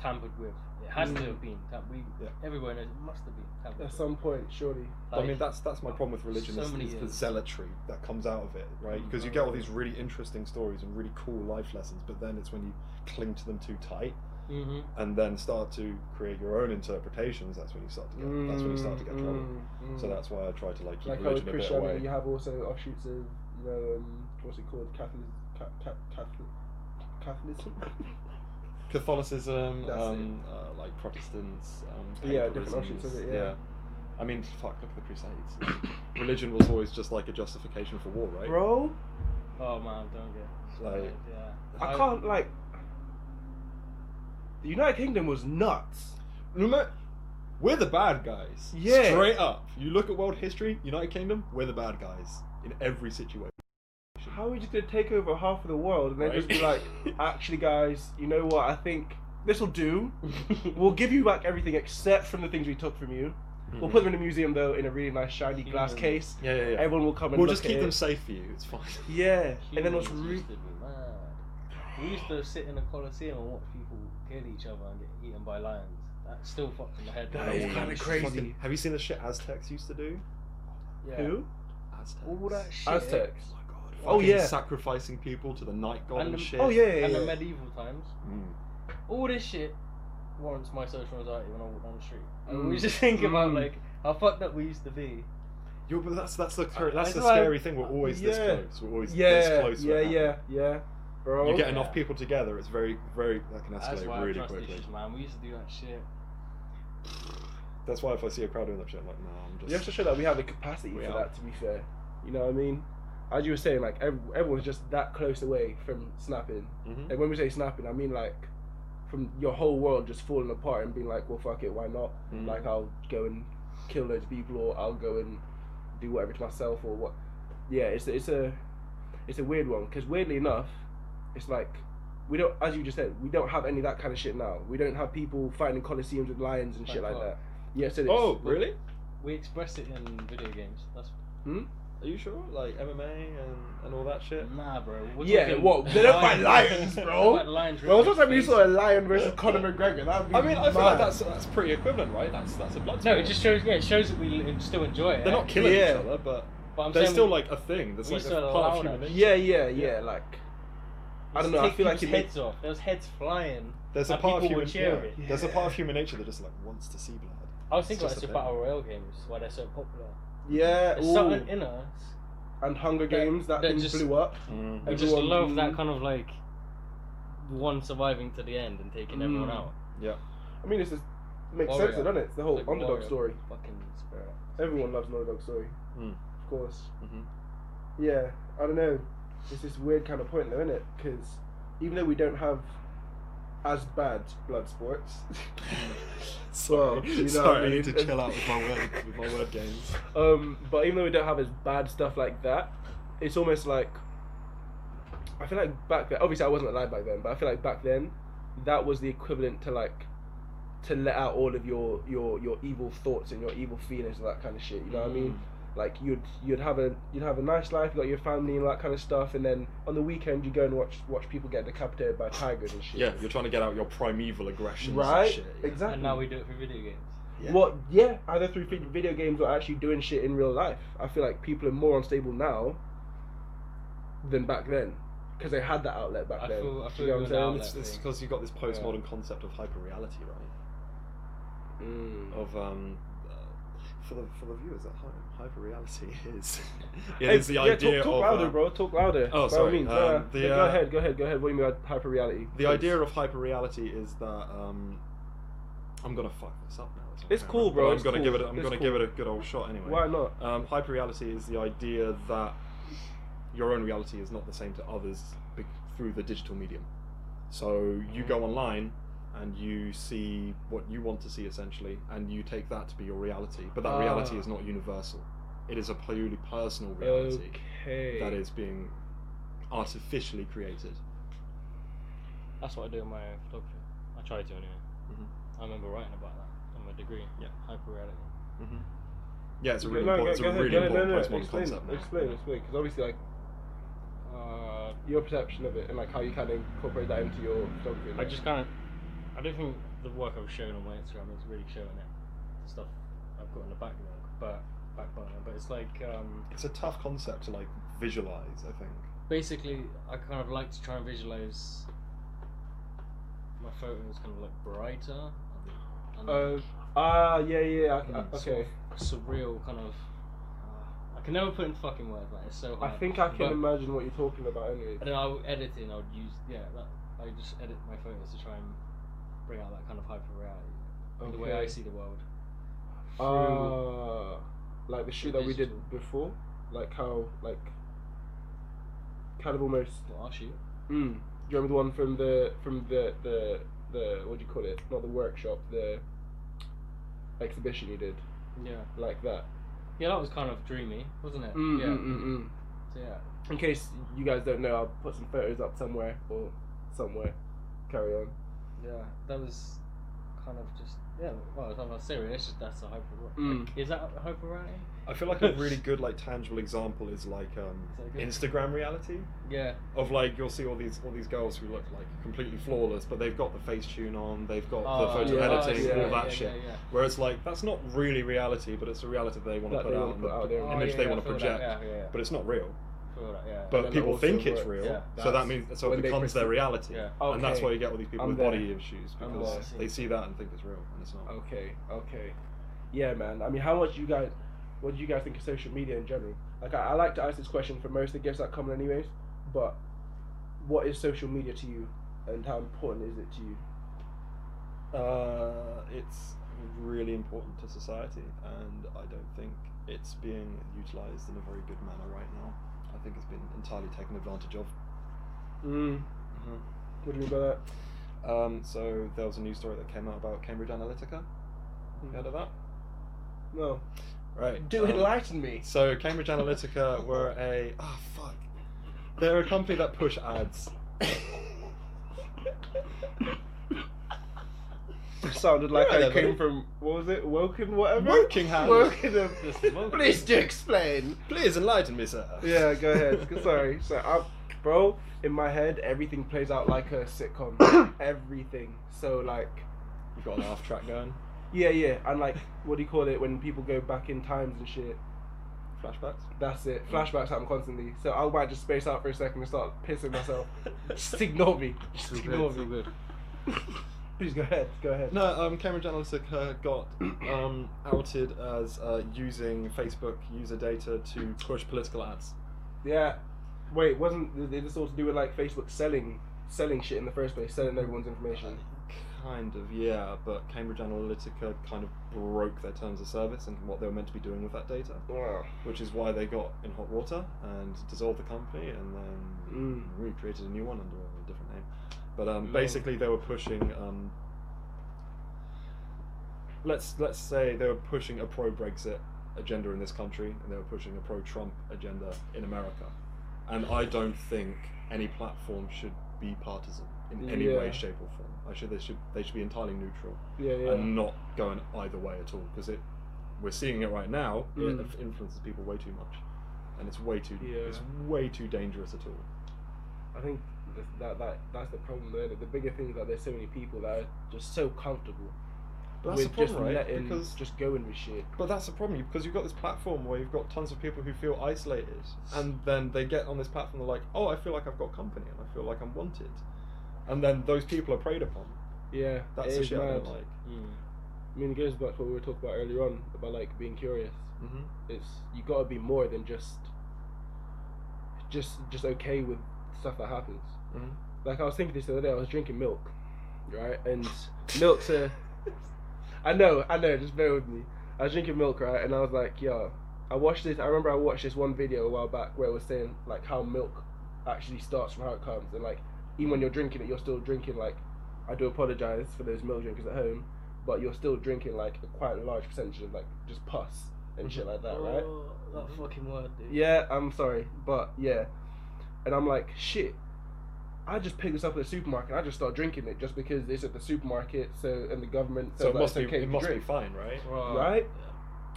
tampered with. It has to Mm. have been. Tam- we Yeah. everywhere knows it must have been tampered. At with. some point, surely. I mean, Like, that's that's my problem with religion so is, many is the years. zealotry that comes out of it, right? Mm. Because you get all these really interesting stories and really cool life lessons, but then it's when you cling to them too tight Mhm. and then start to create your own interpretations. That's when you start to get that's when you start to get trouble. mm, So mm. that's why I try to like keep like how with religion a bit away. Christianity, you have also offshoots of you know um, what's it called, Catholic, ca- ca- Catholic, Catholicism. Catholicism, That's it. um, uh, like Protestants, um, Yeah, different paganisms, options of it, yeah. I mean, fuck, look at the Crusades. religion was always just like a justification for war, right? Bro, Oh man, don't get. Oh, Like- started, yeah. I can't like. The United Kingdom was nuts. Remember, we're the bad guys. Yeah. Straight up. You look at world history, United Kingdom, we're the bad guys in every situation. How are we just gonna take over half of the world and then right? just be like, "Ah, actually, guys, you know what? I think this will do. We'll give you back everything except from the things we took from you. We'll put them in a museum though, in a really nice shiny glass Humans. case. Hmm. Yeah, yeah, yeah. Everyone will come and We'll look just keep at them it. safe for you. It's fine. Yeah, and then what's Humans re- used to be mad. We used to sit in a coliseum and watch people kill each other and get eaten by lions. That still fucked in my head. That when I is was kinda young. crazy. Fucking- have you seen the shit Aztecs used to do? Yeah. who? Aztecs. All that shit. Aztecs. Oh my god. Oh, Fucking yeah. Sacrificing people to the night god And and, the- shit. Oh yeah, yeah, And the yeah. medieval times. Mm. all this shit warrants my social anxiety when I walk down the street. I Mm. always just think about Mm. like how fucked up we used to be. Yeah, but that's that's the cur- that's That's the why- scary thing. We're always this Yeah. close. We're always this yeah, close. to yeah, it yeah, happening. yeah, bro. You get an- enough Yeah. people together, it's very very that can That's why escalate I really trust quickly. issues, man. We used to do that shit. That's why if I see a crowd doing that shit, I'm like, no, I'm just. You have to show that we have the capacity We for are. that. To be fair, you know what I mean. As you were saying, like ev- everyone's just that close away from snapping. Mhm. And when we say snapping, I mean like from your whole world just falling apart and being like, well, fuck it, why not? Mhm. Like I'll go and kill loads of people, or I'll go and do whatever to myself, or what? Yeah, it's it's a it's a weird one because weirdly enough, it's like we don't, as you just said, we don't have any of that kind of shit now. We don't have people fighting in coliseums with lions and shit Thank like God. that. Yeah, so it's, Oh really? We express it in video games. That's hmm? Are you sure? Like MMA and, and all that shit. nah, bro. We're Yeah, talking well, they don't fight lions, lions. bro. They fight lions Well, really what's the last time you face. saw a lion versus Conor McGregor? That'd be I mean, I feel mad. like that's that's pretty equivalent, right? That's that's a blood. No, sport. it just shows. Yeah, it shows that we l- still enjoy it. they're not killing Yeah. each other, but But I'm There's saying still like a thing. That's we like a still part of allow human that. nature. Yeah, yeah, yeah. Yeah. Like, you I don't know. I take feel like it people's makes. heads off. There was heads flying. There's a And part of people human. would cheer yeah. it. There's a part of Yeah. human nature that just like wants to see blood. I was thinking It's about just a super thing. battle royale games why they're so popular. Yeah. There's ooh. something in us. And Hunger that- Games that, that thing just- blew up. Mm-hmm. We just Everyone- love that kind of like one surviving to the end and taking everyone Mm. out. I mean, it's just makes Warrior. sense, doesn't it? It's the whole Like underdog warrior. story. Fucking spirit. Everyone loves an underdog story. Mm. Of course. Mhm. Yeah. I don't know. It's this weird kind of point, though, isn't it? Because even though we don't have as bad blood sports, Sorry, Well, you know Sorry, what I I need to mean. chill out with my word with my word games. um, but even though we don't have as bad stuff like that, it's almost like I feel like back then. Obviously, I wasn't alive back then, but I feel like back then, that was the equivalent to like to let out all of your your your evil thoughts and your evil feelings and that kind of shit. You know what I mean? Mm. Like you'd you'd have a you'd have a nice life, you got your family and all that kind of stuff, and then on the weekend you go and watch watch people get decapitated by tigers and shit. Yeah, you're trying to get out your primeval aggressions. Right, And shit, yeah. exactly. Mm. And now we do it for video games. Yeah. What? Yeah, either through vid- video games or actually doing shit in real life. I feel like people are more unstable now than back then because they had that outlet back I then. feel- I Do feel you know you're what I'm an It's, it's because you've got this postmodern concept of hyperreality, right? saying? Mm. Of um, uh, for the for the viewers at home, hyperreality is it is Hey, the yeah, idea talk, talk of louder, uh, bro. Talk louder. Oh, By all sorry, means, um, yeah. the, Yeah, uh, go ahead. Go ahead. Go ahead. What do you mean by hyper reality? The idea of hyperreality is that um, I'm gonna fuck this up now. on It's camera, cool, bro, but I'm it's gonna cool, give it. I'm it's gonna give it a good old shot anyway. why not? Um, hyperreality is the idea that your own reality is not the same to others be- through the digital medium. So you Mm-hmm. go online and you see what you want to see essentially, and you take that to be your reality. But that reality Ah. is not universal. It is a purely personal reality Okay. that is being artificially created. That's what I do in my photography. I try to anyway. Mm-hmm. I remember writing about that in my degree. Yeah. Hyperreality. Mm-hmm. Yeah, it's a No, really go- important, it's go a ahead, really go ahead. No, important no, no, postmodern explain, concept. now. Explain, explain, because obviously, like Uh, your perception of it and like how you kind of incorporate that into your photography. I like- just kind of. I don't think the work I was showing on my Instagram is really showing it. Stuff I've got in the backlog, but back burner. But it's like um, It's a tough concept to like visualize. I think. basically I kind of like to try and visualize my photos kind of like brighter. and Uh, ah, yeah, yeah. I- I- Mm, okay. sort of surreal kind of. uh, I can never put in fucking words, like it's so I hard. think I can But- imagine what you're talking about. Anyway, And then I would edit it and I would use yeah, that, I would just edit my photos to try and bring out that kind of hyper reality. The way I Okay. see the world. Through- Ah, like the shoot that we did before, like how, like, kind of almost. well, I'll shoot. Mm, do you remember the one from the from the the the what do you call it? Not the workshop, the exhibition you did, Yeah. like that. Yeah, that was kind of dreamy, wasn't it? Mm, yeah. mm, mm, mm. So, yeah. In case you guys don't know, I'll put some photos up somewhere or somewhere. Carry on. Yeah. That was kind of just yeah, well it's not about serious, it's just that's a hyper Mm. like, is that a hyper reality? I feel like a really good like tangible example is like um, Is that good? Instagram reality Yeah. of like you'll see all these all these girls who look like completely flawless, but they've got the face tune on, they've got the Oh, photo yeah. editing, Oh, and yeah, all that yeah, shit. Yeah, yeah. Where it's like that's not really reality, but it's a reality they want to That put they out, wanna and put out the there. Oh, image yeah, they yeah, want I to feel project, That, yeah, yeah, yeah. but it's not real. I feel that, yeah. But then people also think it's works. real, Yeah, so that that's means so when it they becomes their perceive- reality, Yeah. and that's Okay. why you get all these people I'm with there. body issues I'm because there. they see that and think it's real, and it's not. Okay, okay. Yeah, man. I mean, how much you guys, what do you guys think of social media in general? Like, I, I like to ask this question for most of the guests that come in, anyways, but what is social media to you and how important is it to you? Uh, it's really important to society, and I don't think it's being utilised in a very good manner right now. I think it's been entirely taken advantage of. Mm. Mm-hmm. What do you mean by that? Um, so there was a news story that came out about Cambridge Analytica. Mm. You heard of that? No. Right. Do um, enlighten me. So Cambridge Analytica were a ah fuck. They're a company that push ads. Sounded like Right I there, came buddy. from what was it? Woken, whatever. Wokingham. Wokingham. Just Wokingham. Please do explain. Please enlighten me, sir. Yeah, go ahead. Sorry. So, I, bro, in my head, everything plays out like a sitcom. everything. So, like, You've got a laugh track going. Yeah, yeah, and like, what do you call it when people go back in times and shit? Flashbacks. That's Mm. it. Flashbacks happen constantly, so I might just space out for a second and start pissing myself. just ignore me. Just It's all good, ignore it's all me. good. Please go ahead. Go ahead. No, um, Cambridge Analytica uh, got um, outed as uh, using Facebook user data to push political ads. Yeah. Wait, wasn't did this all to do with like Facebook selling selling shit in the first place, selling everyone's information? Kind of, yeah, but Cambridge Analytica kind of broke their terms of service and what they were meant to be doing with that data, Wow. which is why they got in hot water and dissolved the company and then Mm. recreated a new one under a different name. But Lol. um, basically, they were pushing. Um, let's let's say they were pushing a pro-Brexit agenda in this country, and they were pushing a pro-Trump agenda in America. And I don't think any platform should be partisan in any Yeah. way, shape, or form. I should they should they should be entirely neutral Yeah, yeah. Um, and not going either way at all because it we're seeing it right now. Mm. It influences people way too much, and it's way too Yeah. it's way too dangerous at all. I think th- that that that's the problem. Though. The bigger thing is that there's so many people that are just so comfortable But that's the with problem, just right? letting Because just going with shit. but that's the problem because you've got this platform where you've got tons of people who feel isolated, and then they get on this platform. They're like, "Oh, I feel like I've got company, and I feel like I'm wanted," and then those people are preyed upon. Yeah, That's it the is shit I mad. don't like. Mm. I mean, it goes back to what we were talking about earlier on about like being curious. Mm-hmm. It's you got to be more than just just just okay with stuff that happens. Mhm. Like I was thinking this the other day. I was drinking milk, right? And milk's a I know, I know, just bear with me. I was drinking milk, right, and I was like, yo, I watched this, I remember I watched this one video a while back where it was saying, like, how milk actually starts from how it comes, and, like, even when you're drinking it, you're still drinking, like, I do apologise for those milk drinkers at home, but you're still drinking, like, a quite large percentage of, like, just pus and shit like that, right? Mm-hmm. Oh, that fucking word, dude. Yeah, I'm sorry, but yeah. And I'm like, shit. I just picked this up at the supermarket. I just start drinking it just because it's at the supermarket. So and the government says So it that must be it's okay it to must be drink, fine, right? Right. right?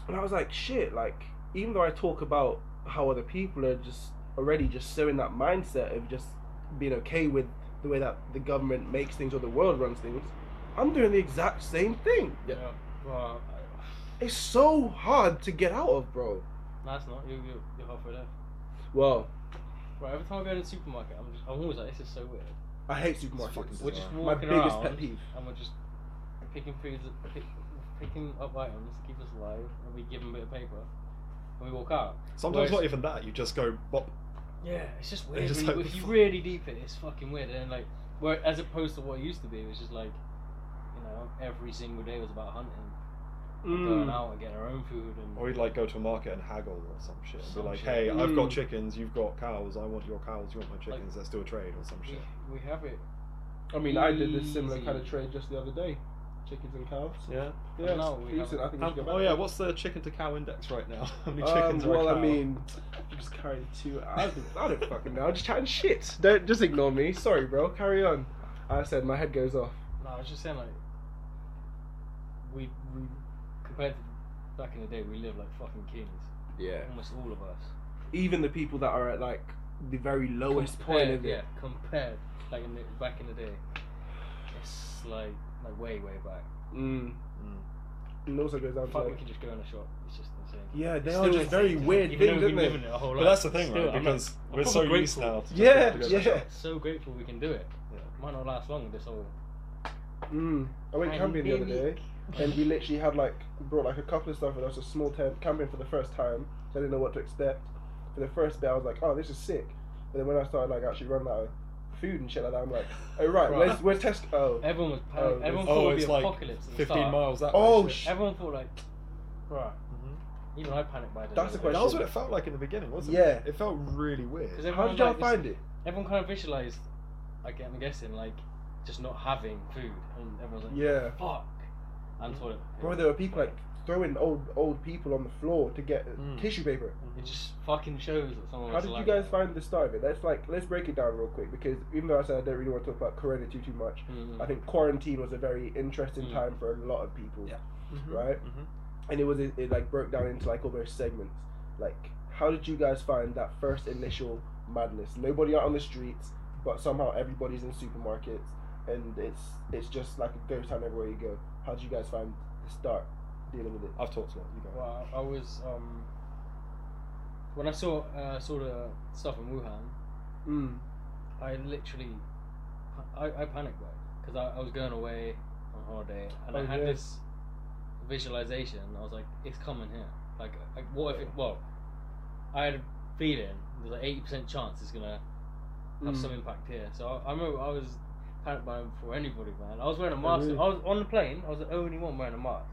And I was like, shit. Like even though I talk about how other people are just already just so in that mindset of just being okay with the way that the government makes things or the world runs things, I'm doing the exact same thing. Yeah. Well, It's so hard to get out of, bro. that's not. You, you, you're halfway there. Well, Right, every time I go to the supermarket, I'm, just, I'm always like, this is so weird. I hate fucking supermarkets. We're just Bizarre. My walking biggest around, pet peeve. and we're just picking foods, that- pick, picking up items to keep us alive, and we give them a bit of paper, and we walk out. Whereas- Sometimes not even that. You just go bop. Yeah, it's just They're weird. just when you- like, if you "Fuck." really deep it, it's fucking weird. And like, where as opposed to what it used to be, it was just like, you know, every single day was about hunting, Mm. Mm. going out and getting our own food, Oh, and Or you'd like go to a market and haggle or some shit and be Some like, shit. hey, I've got Mm. chickens, you've got cows, I want your cows, you want my chickens, let's do a trade or some shit. we, we have it. I mean, I did this similar Easy. kind of trade just the other day. Chickens and calves. Yeah. I Yeah, know, we it's decent. I think we should go back. oh yeah, to it. what's the chicken to cow index right now? How many Um, chickens are well, a cow? I mean, you just carried two. I don't, I don't fucking know. I'm just chatting shit. Don't just ignore me. Sorry, bro. Carry on. I said my head goes off. No, I was just saying like, we we compared to back in the day, we lived like fucking kings. Yeah. Almost all of us. Even the people that are at like the very lowest point compared, of it. Yeah, compared like in the, back in the day, it's like like way way back. Mm. Mm. And also goes down to Fuck, we like, could just go in a shop. It's just insane. yeah, they It's are still just insane, very isn't it? weird Even things, though isn't we live they? in it our whole but life, that's the thing, still, right? I'm Because I'm we're so probably used now. grateful. To Yeah, just having to go to yeah. like, so grateful we can do it. Yeah. Might not last long. This whole. Mm. I went And camping the other maybe- day, and we literally had like brought like a couple of stuff, and I was a small tent camping for the first time, so I didn't know what to expect. For the first bit, I was like, "Oh, this is sick," but then when I started like actually running out of food and shit like that, I'm like, "Oh right, Right. where's where's Tesco?" Oh, Everyone was Oh, panicked. it's- everyone Oh, thought it would it's be like apocalypse. at the 15 start. miles that Oh, way. sh- Everyone thought like, right. Mm-hmm. Even I panicked by then. That's the That was question. what it felt like in the beginning, wasn't it? Yeah. It felt really Because Oh. weird. how everyone did y'all like, find it? Everyone kind of visualized. Like I'm guessing, like just not having food, and everyone's like, Yeah, fuck. And toilet. paper. bro, there were people like throwing old old people on the floor to get uh, Mm. tissue paper. It just fucking shows that someone. How was did you Oh, like- guys find the start of it? Let's like let's break it down real quick because even though I said I don't really want to talk about Corona too too much, Mm. I think quarantine was a very interesting Mm. time for a lot of people. Yeah. Right? Mm-hmm. and it was it, it like broke down into like almost segments. Like, how did you guys find that first initial madness? Nobody out on the streets, but somehow everybody's in supermarkets, and it's it's just like a ghost town everywhere you go. How did you guys find the start dealing with it? I've talked a lot. You go. Well, I was um, when I saw uh, saw the stuff in Wuhan, Mm. I literally, I, I panicked right because I, I was going away on holiday and Oh, I had yeah. this visualization. I was like, it's coming here. Like, like what if it? Well, I had a feeling there's like eighty percent chance it's gonna have Mm. some impact here. So I, I remember I was panicked by before anybody, man. I was wearing a mask. Oh, really? I was on the plane. I was the only one wearing a mask.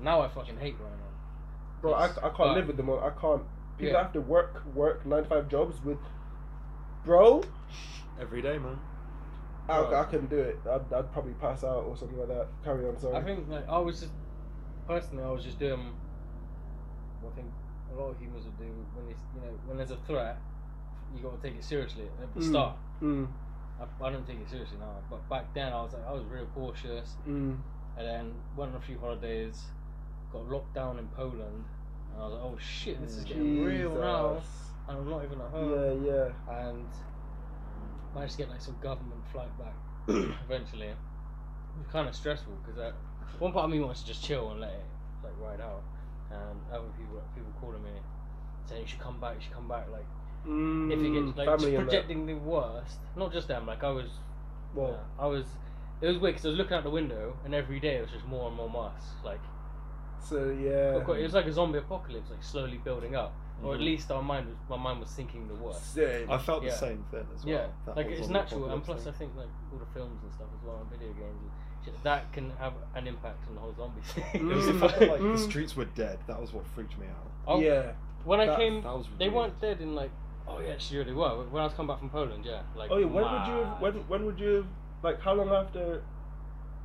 Now I fucking hate wearing one. Bro, I, I can't But- live with them. all. I can't. People Yeah. have to work, work nine to five jobs with. Bro, Every day, man. I, Bro. I couldn't do it. I'd, I'd probably pass out or something like that. Carry on, sorry. I think like I was just personally I was just doing what I think a lot of humans would do when it's you know when there's a threat you got to take it seriously at the Mm. start. Mm, I, I don't take it seriously now, but back then I was like I was real cautious mm, and then went on a few holidays, got locked down in Poland and I was like oh shit this is getting real now Hmm. Jesus. and I'm not even at home Yeah, yeah. and managed to get like some government flight back eventually. It was kind of stressful because one part of me wants to just chill and let it like ride out, and other people people calling me saying you should come back, you should come back. Like Mm, Um, if you get like just family and that. projecting the worst, not just them. Like I was, Well, yeah, I was. It was weird because I was looking out the window, and every day it was just more and more masks. Like so yeah. it was like a zombie apocalypse, like slowly building up, or at Mhm. least our mind was my mind was thinking the worst. Same. I felt Yeah. the same thing as well. Yeah, that like whole it's zombie natural, and apocalypse plus thing. I think like all the films and stuff as well, and video games, and shit, that can have an impact on the whole zombie thing. It was the Mm. fact that like Mm. the streets were dead. That was what freaked me out. Oh, yeah. When I that- came, That was Mm. they weird. weren't dead in like. Oh yeah, actually, they were. When I was coming back from Poland, yeah. Like. Oh yeah. When would you? mad. Have, when when would you? Have, like how long after?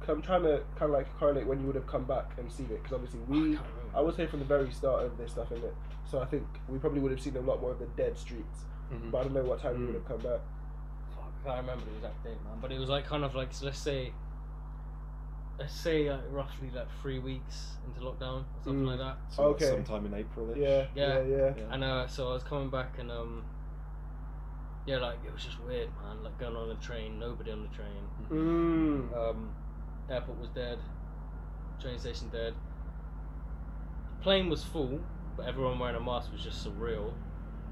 i I'm trying to kind of like correlate when you would have come back and seen it because obviously I can't we. remember. I was here from the very start of this stuff in it, so I think we probably would have seen a lot more of the dead streets. Mm. Mhm. But I don't know what time you would have come back. Fuck, I can't remember the exact date, man. But it was like kind of like so let's say. Let's say like roughly like three weeks into lockdown or something Mm. like that. So Okay. Sometime in April. Yeah, yeah, Mm. Yeah. yeah. And uh, so I was coming back and um, yeah, like it was just weird, man. Like going on the train, nobody on the train. Mm. Um, airport was dead, train station dead. Plane was full, but everyone wearing a mask was just surreal.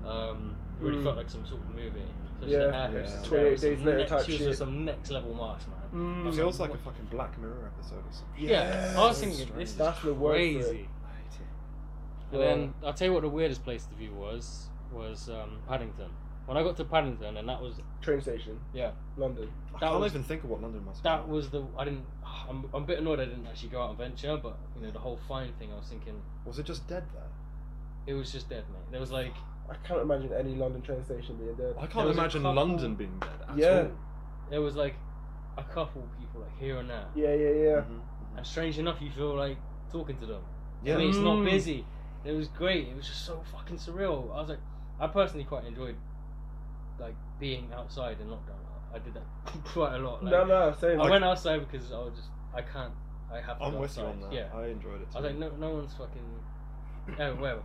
Um, it really Mm. felt like some sort of movie. So Yeah. yeah, Yeah. yeah. 28 days later type She was shit. some next level mask, man. Mm. It feels like a fucking Black Mirror episode or something. Yeah, I was thinking Strange. this is That's the word for it. crazy. Yeah. And then I'll tell you what the weirdest place to view was was um, Paddington. When I got to Paddington, and that was train station. Yeah. London. I that can't was- even think of what London must. that was the I didn't. I'm, I'm a bit annoyed I didn't actually go out and venture, but you know the whole fine thing. I was thinking Was it just dead there? it was just dead, mate. There was like I can't imagine any London train station being dead. I There can't was a imagine couple- London being dead. At Yeah. there was like a couple people like here and there, Yeah, yeah, All. yeah. Mhm. and strange enough, you feel like talking to them. Yeah. I mean, it's not Mm. busy. It was great. It was just so fucking surreal. I was like, I personally quite enjoyed like being outside in lockdown. I did that quite a lot. Like, no, no, same. I went outside because I was just I can't. I have to I'm go with you on outside. that. Yeah. I enjoyed it. I was like, no, no one's fucking. Oh, well,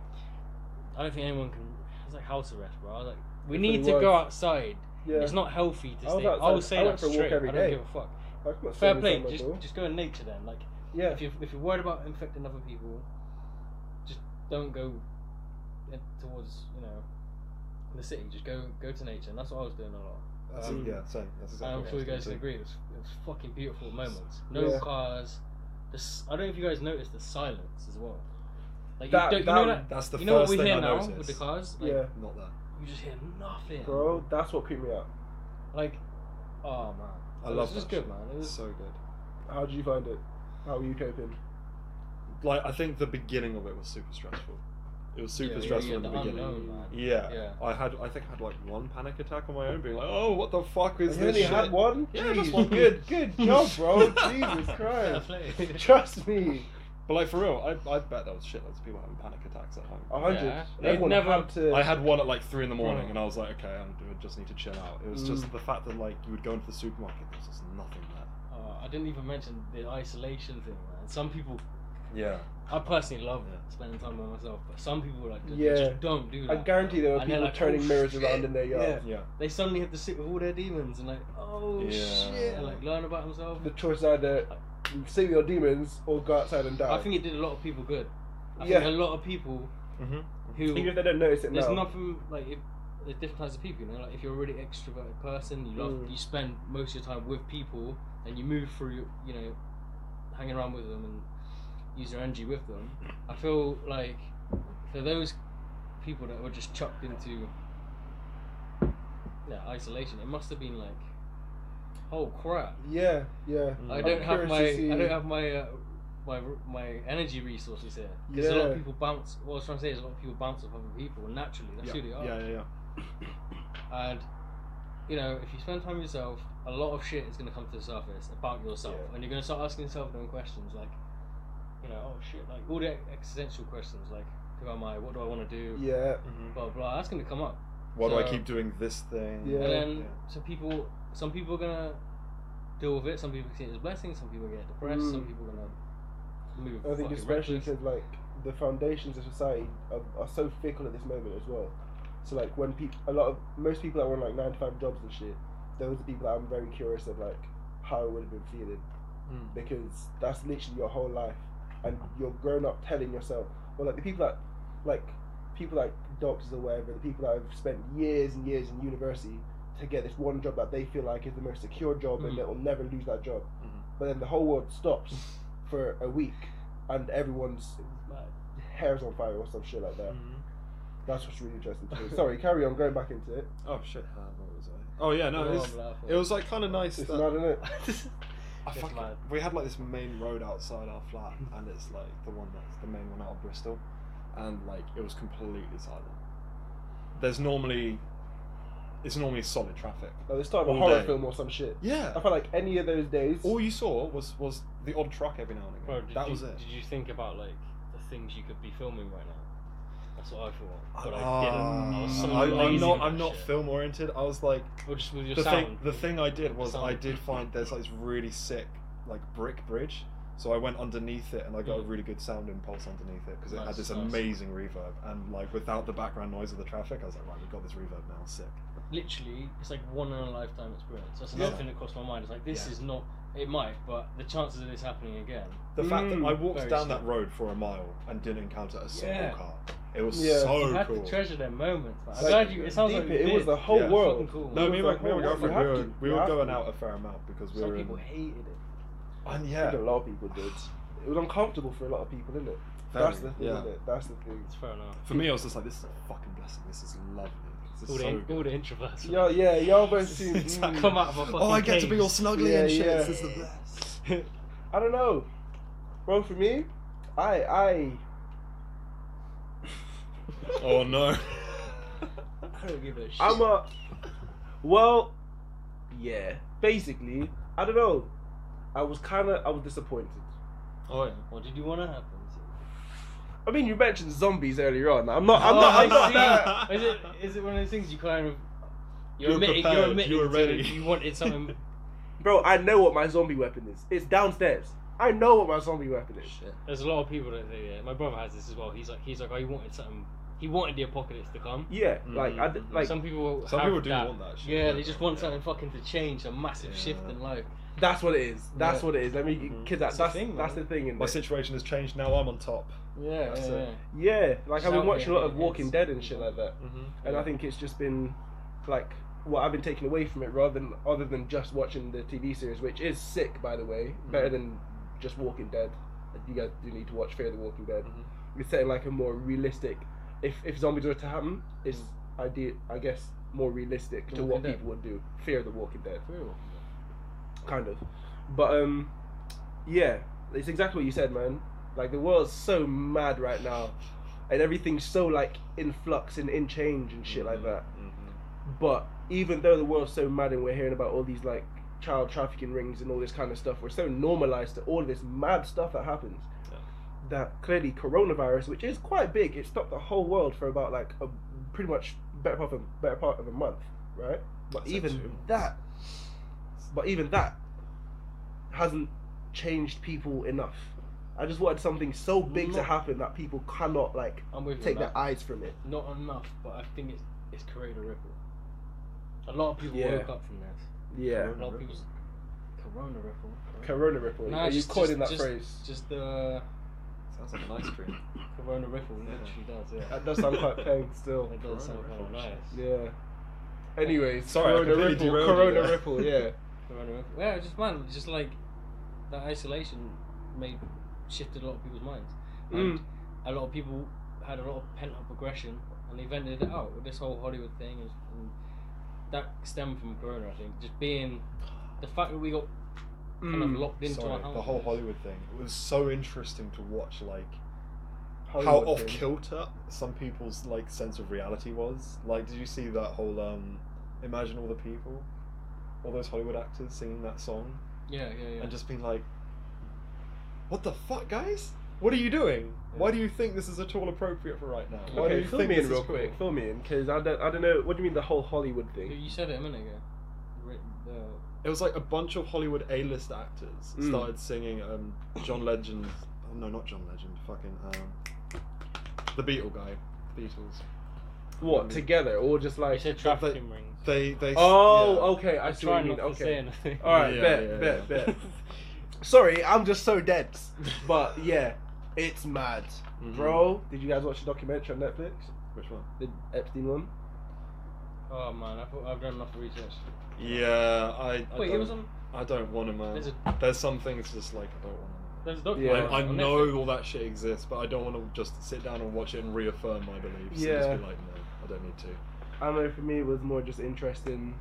I don't think anyone can. It's like house arrest, bro. I was like, we It need really to go was. outside. yeah. It's not healthy to I was stay. outside. I'll say I that went for a walk straight. every I don't day. give a fuck. Like, I'm not Fair saying play. it's Just, unlawful. just go in nature then. Like, yeah. if you if you're worried about infecting other people, just don't go in- towards you know the city. Just go go to nature, and that's what I was doing a lot. That's- um, yeah, same. That's exactly. I'm what I sure you was guys can thinking. agree. It was, it was fucking beautiful moments. No Yeah. cars. The, s- I don't know if you guys noticed the silence as well. Like That- you, don't, you that- know that. That's the you first know what we thing hear I now noticed. with the cars? Like, yeah, Not that. You just hear nothing. bro, that's what creeped me out. Like, oh man. I it love was just that good, shit. man. It It's was so good. How did you find it? How were you coping? Like I think the beginning of it was super stressful. It was super yeah, stressful yeah, in the, the beginning. unknown, man. Yeah. Yeah. I had I think I had like one panic attack on my own, being like, oh, what the fuck is you this? only shit? had one? Yeah, just Jeez, one. Good, good job, bro. Jesus Fair Christ. play. Trust me. But like for real, I, I bet there was shitloads of people having panic attacks at home. A hundred. Oh, Yeah. Everyone They'd never- had to. I had one at like three in the morning, Mm. and I was like, okay, I'm, I just need to chill out. It was just the fact that like you would go into the supermarket, there's just nothing there. Oh, I didn't even mention the isolation thing, man. Some people, Yeah. I personally love Yeah. spending time by myself, but some people like Yeah. yeah. just don't do I that. guarantee there were And they're people like, turning "Oh, mirrors shit." around uh, in their yard. Yeah. Yeah. They suddenly have to sit with all their demons and like, oh Yeah. shit, and like learn about themselves. The choice either see your demons or go outside and die. I think it did a lot of people good. I Yeah. think a lot of people Mm-hmm. who Even if they don't notice it there's now. nothing like if, there's different types of people. You know, like if you're a really extroverted person, you love Mm. you spend most of your time with people, and you move through you know, hanging around with them and use your energy with them. I feel like for those people that were just chucked into yeah, isolation, it must have been like, oh crap, Yeah, yeah. Mm. I I'm don't have curious my to see- I don't have my uh, my my energy resources here because a lot Yeah. of people bounce. What I was trying to say is a lot of people bounce off other people naturally. That's who they yeah, are. yeah, yeah. And you know, if you spend time with yourself, a lot of shit is going to come to the surface about yourself, Yeah. and you're going to start asking yourself your own questions like, you know, oh shit, like all the existential questions like, who am I? What do I want to do? Yeah. Blah blah. That's going to come up. Mm-hmm. Why do I So- keep doing this thing? Yeah. and then some people, some people are gonna deal with it. Some people see it as a blessing. Some people get depressed. Some Mm. people are gonna move. I think fucking especially reckless. because like the foundations of society are, are so fickle at this moment as well. So like when people, a lot of most people that were on like nine to five jobs and shit, those are the people that I'm very curious of like how I would have been feeling Mm. because that's literally your whole life and you're grown up telling yourself, well like the people that like people like doctors or whatever, the people that have spent years and years in university to get this one job that they feel like is the most secure job Mhm. and they'll never lose that job, Mm-hmm. Mhm. but then the whole world stops for a week and everyone's hair's on fire or some shit like Mm. that. Mm-hmm. That's what's really interesting to me. Sorry, carry on going back into it. Oh shit! Uh, what was I? Oh yeah, no, Blah, it was, blah, blah. it was like kind of nice. It's that- mad, isn't it? I It's fucking- mad. we had like this main road outside our flat, and it's like the one that's the main one out of Bristol, and like it was completely silent. There's normally, it's normally solid traffic. Like they started a All horror day. film or some shit. I Yeah. felt like any of those days. All you saw was was the odd truck every now and again. Bro, did that you, was it. Did you think about like the things you could be filming right now? That's what I thought. But I didn't. I was so Ah, I- I'm lazy not. with I'm that not shit. film oriented. I was like, Or just with your the sound. thing, the thing I did was I sound. did find there's like this really sick like brick bridge, so I went underneath it and I got a Mhm. really good sound impulse underneath it because it had Nice, this nice. amazing reverb and like without the background noise of the traffic, I was like, right, we've got this reverb now, sick. Literally, it's like one in a lifetime experience. That's another Yeah. thing that crossed my mind. It's like this Yeah. is not. It might, but the chances of this happening again. The fact that Mm, I walked Hmm. very down sick. that road for a mile and didn't encounter a single Yeah. car, it was Yeah. you so had Oh, cool. to treasure their moments. man. I'm Like, glad you. It sounds deep like you it, did. was the whole Yeah. world. Fucking cool. It no, was me and like, my, me and my well, you girlfriend, have we were, to- we you were have going to. out a fair amount because we Some were um, people in, hated it. and I yeah, think a lot of people did. It was uncomfortable for a lot of people, isn't it? very, That's the thing, yeah. isn't it? That's the thing. It's fair enough. For me, I was just like, this is a fucking blessing. This is lovely. This is all, so the, good. all the introverts. Yeah, yeah, y'all both seem. It's like, mm, Come out of a fucking Oh, I get to cave. be all snuggly Yeah, and shit. yeah. This is the best. I don't know, bro. For me, I, I, oh no. I don't give a shit. I'm a. Well, yeah. Basically, I don't know. I was kind of, I was disappointed. Oh yeah. What did you want to happen? I mean, you mentioned zombies earlier on. I'm not. I'm Oh, not. I'm I not see. that. Is it is it one of those things you kind of you're, You're admitting, prepared, you're admitting you were to ready. you wanted something. Bro, I know what my zombie weapon is. It's downstairs. I know what my zombie weapon is. There's a lot of people that do that. My brother has this as well. He's like he's like I wanted something. He wanted the apocalypse to come. Yeah, like I d- Mhm. like Some people Some have people do that. want that shit. Yeah, they just want Yeah. something fucking to change, a massive shift Yeah. in life. that's what it is. That's Yeah. Mm-hmm. what it is. Let me Mhm. cause that, It's a that's thing, that's the man. thing in My this. situation has changed. Now I'm on top. Yeah, yeah, That's it. yeah. Yeah, like I've Something been watching a lot of is. Walking Dead and shit like that, Mm-hmm. and I think it's just been like what I've been taking away from it, rather than other than just watching the TV series, which is sick by the way, Mm. better than just Walking Dead. You guys do need to watch Fear the Walking Dead. Mm-hmm. Mhm. It's setting like a more realistic. If if zombies were to happen, it's idea I guess more realistic to Mm. Walking what Dead. people would do. Fear the Walking Dead. Cool. kind of. But um, yeah, it's exactly what you said, man. Like the world's so mad right now, and everything's so like in flux and in change and shit Mm-hmm. like that. But even though the world's so mad and we're hearing about all these like child trafficking rings and all this kind of stuff, we're so normalized to all this mad stuff that happens. Yeah. That clearly coronavirus, which is quite big, it stopped the whole world for about like a pretty much better part of better part of a month, right? But That's even actually- that, but even that hasn't changed people enough. I just wanted something so big to Not- happen that people cannot like I'm with you. take on that. their eyes from it. Not enough, but I think it's it's created a ripple. A lot of people Yeah. woke up from this. Yeah, A lot of people's corona ripple. corona ripple. Nah, Are you just- coining just- that phrase? Just the It's Sounds like an ice cream. Corona Ripple Yeah. literally does, yeah. That does sound quite pain still. It does sound Corona kind of nice. Ripple, Yeah. Anyway, Sorry, I Corona completely Ripple. derailed you Corona there. Ripple. Yeah. Corona Ripple. Yeah, just man, just like that isolation made shifted a lot of people's minds. And Mm. a lot of people had a lot of pent up aggression and they vented it out with this whole Hollywood thing and, and that stemmed from Corona, I think. Just being the fact that we got kind of Mm. locked into Sorry, our house. the whole Hollywood thing. It was so interesting to watch, like Hollywood how off thing. kilter some people's like sense of reality was. Like, did you see that whole um, "Imagine All the People," all those Hollywood actors singing that song Yeah, yeah, yeah. and just being like, "What the fuck, guys? What are you doing? Why do you think this is at all appropriate for right now? Why do Okay, you fill me this in is real cool?" quick. Fill me in, because I don't, I don't know. What do you mean the whole Hollywood You- thing? you said it a minute ago. Ri- the- It was like a bunch of Hollywood A-list actors Mm. started singing um, John Legend. Oh, no, not John Legend. Fucking um, the Beatle guy, Beatles. What together or just Oh, you like? said that- trafficking rings. They they. Oh, yeah. okay. I I'm see what trying you not mean. to say Okay. anything. All right, Yeah, bet, yeah, bet, yeah. bet. Sorry, I'm just so dense. But yeah, it's mad, Mhm. bro. Did you guys watch the documentary on Netflix? Which one? The Epstein one. Oh man, I've, I've done enough research. Yeah, I. I Wait, don't, it was on. I don't want to man. There's There's, a some things just like I don't want. to. there's a document. Yeah. on- I, I on know Netflix. all that shit exists, but I don't want to just sit down and watch it and reaffirm my beliefs. And Yeah. just be like, no, I don't need to. I don't know for me it was more just interesting,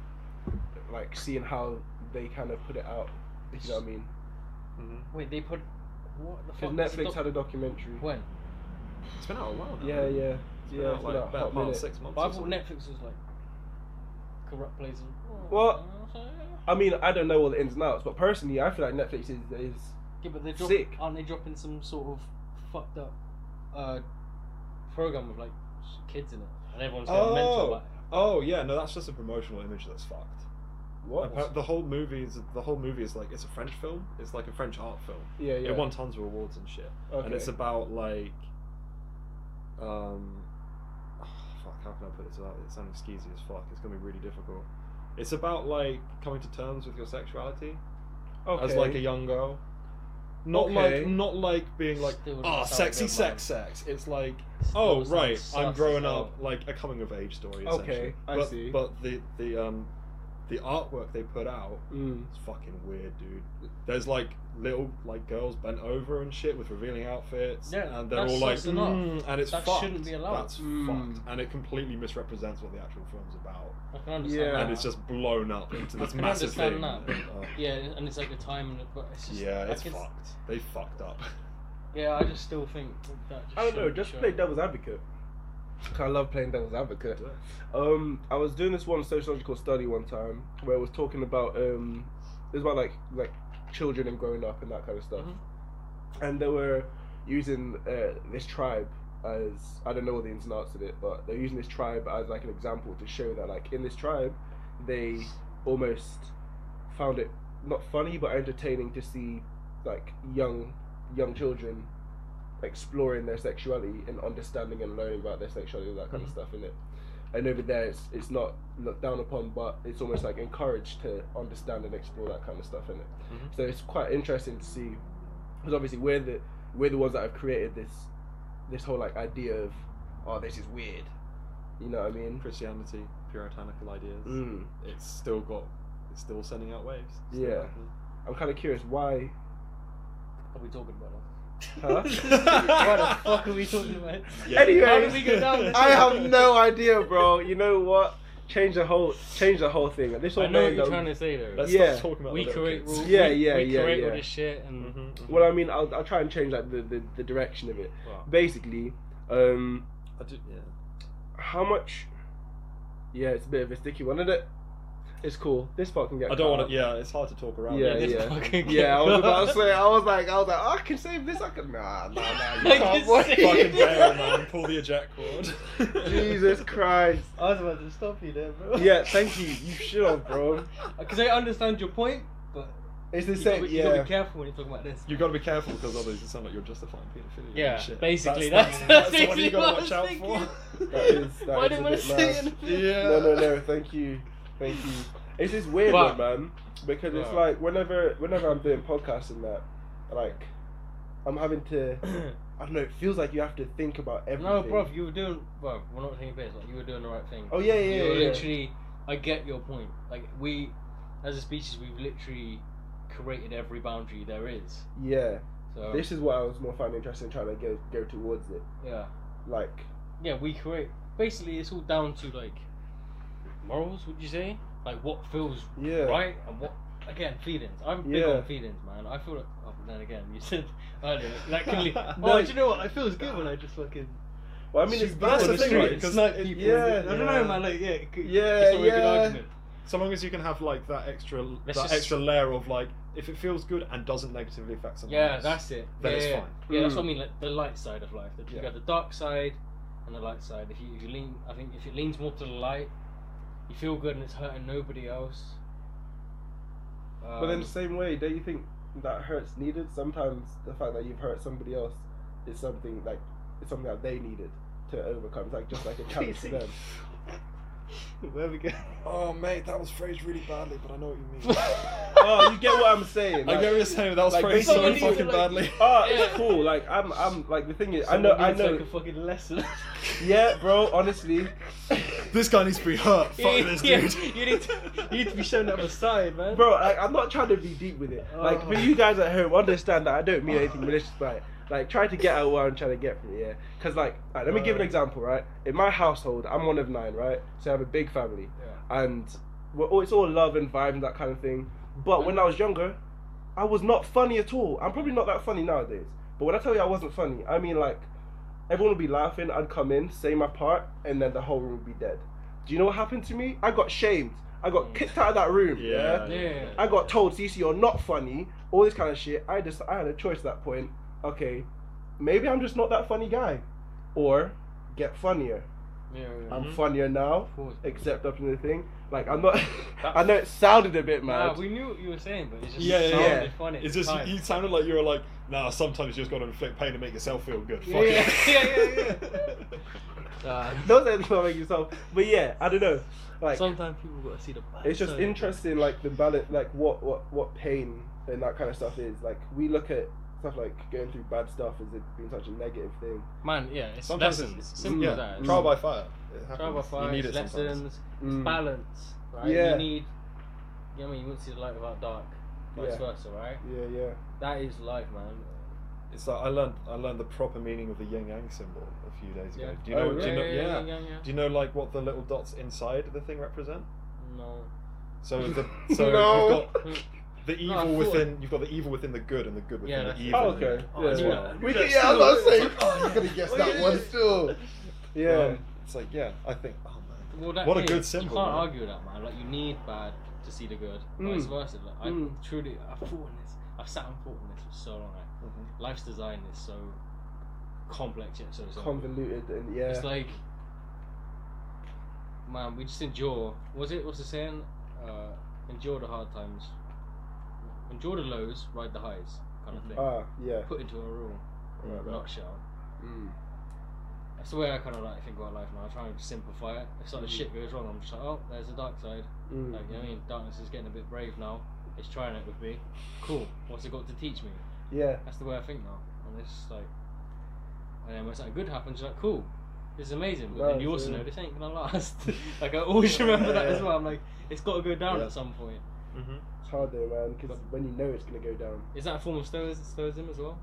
like seeing how they kind of put it out. If you know what I mean? Mm-hmm. Wait, they put what the fuck? Because There's a Netflix doc- had a documentary. when? It's been out a while. Now. Yeah, yeah, It's been yeah. out it's like been out a about, hot about minute. six months. But I or thought something. Netflix was like corrupt places. Well- I mean, I don't know all the ins and outs, but personally, I feel like Netflix is is Yeah, but they drop, Sick. aren't they dropping some sort of fucked up uh, program with like s- kids in it, and everyone's going mental Oh. about it. Oh yeah, no, that's just a promotional image that's fucked. what? Appa- The whole movie is the whole movie is like it's a French film. It's like a French art film. yeah, yeah. It won tons of awards and shit. okay. And it's about like, um, fuck, how can I put it without it sounding skeezy as fuck? It's gonna be really difficult. It's about like coming to terms with your sexuality okay. as like a young girl. Not Okay. like not like being like Still doesn't ah sound sexy good, sex sex. It's like Oh Still right, sounds I'm sus growing as hell. up like a coming of age story. Okay, essentially. I but, see. But the the um the artwork they put out Mm. is fucking weird, dude. There's like little like girls bent over and shit with revealing outfits. Yeah, and they're that's all like, sus enough. "Mm," and it's That fucked. shouldn't be allowed. That's Mm. fucked, and it completely misrepresents what the actual film's about, I can understand Yeah. that. and it's just blown up into I this can massive thing. understand Uh, yeah, and it's like the time and the, but it's just yeah, I it's can- fucked. They fucked up. Yeah, I just still think that. Just I don't know. shouldn't be Just shown. play devil's advocate. 'Cause I love playing devil's advocate. Um, I was doing this one sociological study one time where it was talking about um, it was about like like children and growing up and that kind of stuff, Mhm. and they were using uh, this tribe as I don't know all the ins and outs of it, but they're using this tribe as like an example to show that like in this tribe, they almost found it not funny but entertaining to see like young young children exploring their sexuality and understanding and learning about their sexuality all that kind Mhm. of stuff in it and over there it's, it's not looked down upon but it's almost like encouraged to understand and explore that kind of stuff in it Mhm. so it's quite interesting to see because obviously we're the we're the ones that have created this this whole like idea of oh this is weird you know what i mean Christianity, puritanical ideas. mm. it's still got it's still sending out waves. It's still Yeah. i'm kind of curious why What are we talking about? huh? What the fuck are we talking about? Anyway, How did we go down this I have no idea, bro. You know what? Change the whole, change the whole thing. This um, I all know what made you're them. trying to say though. Let's Yeah. stop talking about Mm-hmm, we the create rules. Yeah, we, yeah, we yeah, create yeah. all this shit, and Well, I mean, I'll, I'll try and change like the, the, the direction of it. Wow. Basically, um, I do, yeah. how much? Yeah, it's a bit of a sticky one, isn't it? It's cool. This part can get. I don't cut want to. Yeah, it's hard to talk around. Yeah, it. this yeah. fucking out. Yeah, I was kid- about to say. I was like, I was like, "Oh, I can save this. I can. Nah, nah, nah. You Like can't it's boy. sick. Fucking bail, man. Pull the eject cord. Jesus Christ. I was about to stop you there, bro. Yeah, thank you. You should have, bro. because I understand your point, but It's the you gotta, same. be- you gotta Yeah. be careful when you're talking about this. You gotta be careful because otherwise you sound like you're justifying pedophilia. Yeah, and shit. basically, that's, that's- that's, the one you that's gotta watch out basically for. what That is- that Why is didn't a wanna bit say mad. anything? yeah. no, no, no. Thank you, thank you. It's this weird one, But- man, because it's Right. like whenever, whenever I'm doing podcasts and that, like, I'm having to. I don't know. It feels like you have to think about everything. no, bro, you were doing. Well, we're not taking bits. Like you were doing the right thing. Oh yeah, yeah, you yeah. were yeah. literally. I get your point. Like we, as a species, we've literally created every boundary there is. Yeah. So This is what I was more finding interesting trying to go go towards it. yeah, Like, yeah, we create. Basically, it's all down to like morals. Would you say? Like what feels yeah. right and what? Again, feelings. I'm big Yeah. on feelings, man. I feel like. Oh, but then again, you said earlier that can. lead- No, oh, do you know what? It feels good when I just fucking. Well, I mean, it's Shoot, bad that's on the thing, street. right? It's Because not it- people. yeah, I don't yeah. know, man. Like, yeah, it could- Yeah, it's not a good yeah. argument. So long as you can have like that extra that Let's just- extra layer of like if it feels good and doesn't negatively affect someone Yeah, else, that's it. then yeah, it's yeah. fine. Yeah, that's Mm. what I mean. Like the light side of life. That you Yeah. got the dark side and the light side. If you, if you lean, I think if it leans more to the light, you feel good and it's hurting nobody else. But then, Um, the same way, don't you think that hurts needed? Sometimes the fact that you've hurt somebody else is something like it's something that they needed to overcome. It's like just like a challenge to them. there we go. Oh mate, that was phrased really badly, but I know what you Oh, you get what I'm saying? I like- get what you're saying. but That was like, phrased so basically- fucking like- badly. Oh, it's Yeah. cool. Like I'm, I'm like the thing is, I Someone needs, know, I Like know. a fucking lesson. Yeah, bro. Honestly, this guy needs to be hurt. Fuck Yeah, this yeah, dude. you need to you need to be shown that side, man. bro. Like I'm not trying to be deep with it. Like, Oh. but you guys at home understand that I don't mean anything malicious by it. Like, try to get out what I'm trying to get from it. Yeah, because like, alright, let me give an example. Right, in my household, I'm one of nine. Right, so I have a big family. and we're all, it's all love and vibe and that kind of thing. But when I was younger, I was not funny at all. I'm probably not that funny nowadays. But when I tell you I wasn't funny, I mean like everyone would be laughing. I'd come in, say my part, and then the whole room would be dead. Do you know what happened to me? I got shamed. I got kicked out of that room. Yeah. Yeah. I got told, Cece, you're not funny, all this kind of shit. I just, I had a choice at that point. Okay, maybe I'm just not that funny guy. Or get funnier. Yeah, yeah. I'm funnier now Of course. except up in the thing. Like I'm not. I know it sounded a bit Nah, mad. we knew what you were saying, but it's just Yeah, yeah, sounded yeah. funny. at It's the just time. you sounded like you were like, nah. Sometimes you just got to inflict pain to make yourself feel good. Fuck Yeah, yeah, it. Uh, Don't say anything about making yourself. But yeah, I don't know. Like sometimes people gotta see the. bad it's just side. interesting, like the balance, like what what what pain and that kind of stuff is. Like we look at stuff like going through bad stuff as it being such a negative thing. Man, yeah, it's Sometimes lessons. it's- It's simple yeah, as that. It's Trial by fire. It trial by happens. fire. You need it's it sometimes. lessons. It's Mm. balance, right? Yeah. You need. You know what I mean? You wouldn't see the light without dark. Vice Yeah. versa, right? Yeah, yeah. That is life, man. It's like I learned I learned the proper meaning of the yin yang symbol a few days ago. Yeah. Do you know? Oh, do you really? know yeah, yeah, yeah, yeah. Do you know like what the little dots inside the thing represent? No. So the so No. Oh, you've got the No, I evil thought- within you've got the evil within the good and the good within Yeah, the that's- evil. Oh, okay. Oh, that's yeah. what wild. We Yeah, can, yeah, I was still- about to say. it's like, I'm gonna guess oh, that yeah, one yeah. still. Yeah. Um, it's like yeah, I think. Oh man. Well, that What a is- good symbol, You can't man. argue with that, man. Like you need bad to see the good. Mm. Vice versa. Like, I Mm. truly, I've thought on this. I've sat and thought on this for so long. Like, Mhm. life's design is so complex yet so simple. Convoluted and yeah. It's like, man, we just endure. Was it? What's the saying? Uh, endure the hard times. Endure the lows, ride the highs, kind of thing. Ah, yeah. Put into a rule, Right, right. not shell. Mm. That's the way I kind of like think about life now. I try and simplify it. If sort of Mhm. shit goes wrong, I'm just like, oh, there's the dark side. Mm. Like, you know what I mean? Darkness is getting a bit brave now. It's trying it with me. Cool. What's it got to teach me? Yeah. That's the way I think now. And it's just like, and then when something good happens, you're like, cool, this is amazing. But then Right, you also yeah. know this ain't gonna last. like I always remember that as Yeah. well. I'm like, it's got to go down Yeah. at some point. mm-hmm. It's hard though, man, because when you know it's gonna go down. Is that a form of stoic- stoicism as well?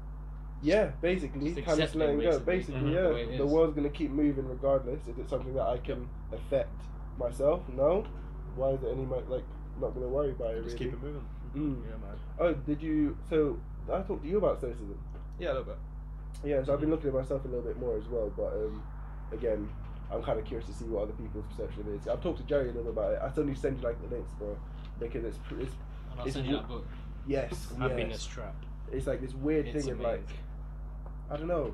Yeah, basically, Just kind of accepting, letting go. basically, Mm-hmm. Basically, mhm, the way yeah, it the, is. world's gonna keep moving regardless. Is it something that I can affect myself? No. Why is it any mo- like not gonna worry about it? Just really? keep it moving. Mm. man. Oh, did you? So I talked to you about stoicism. Mm-hmm. Yeah, a little bit. Yeah, so I've been looking at myself a little bit more as well. But um, again, I'm kind of curious to see what other people's perception of it is. I've talked to Jerry a little bit about it. I still need to send you like the links, bro, because it's pr- it's And I'll It's send you that book. yes, yes. Happiness Trap. it's like this weird It's thing of like amazing. I don't know.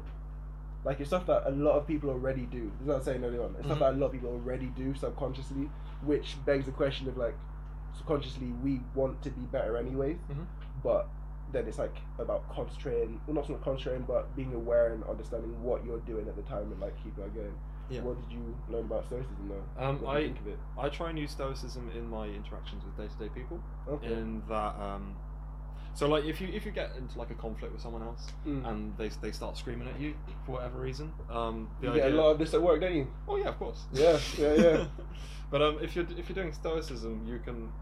Like it's stuff that a lot of people already do. It's not saying earlier on. It's stuff Mm-hmm. Mhm. that a lot of people already do subconsciously, which begs the question of like subconsciously we want to be better anyways. Mhm. But then it's like about concentrating well not so much concentrating but being aware and understanding what you're doing at the time and like keep that going. Yeah. What did you learn about stoicism though? Um, what do you I think of it? I try and use stoicism in my interactions with day to day people. Okay. in that um, So like if you if you get into like a conflict with someone else Mm. and they they start screaming at you for whatever reason, um, the You idea, get a lot of this at work, don't you? Oh yeah, of course. Yeah, yeah, yeah. but um, if you're if you're doing stoicism, you can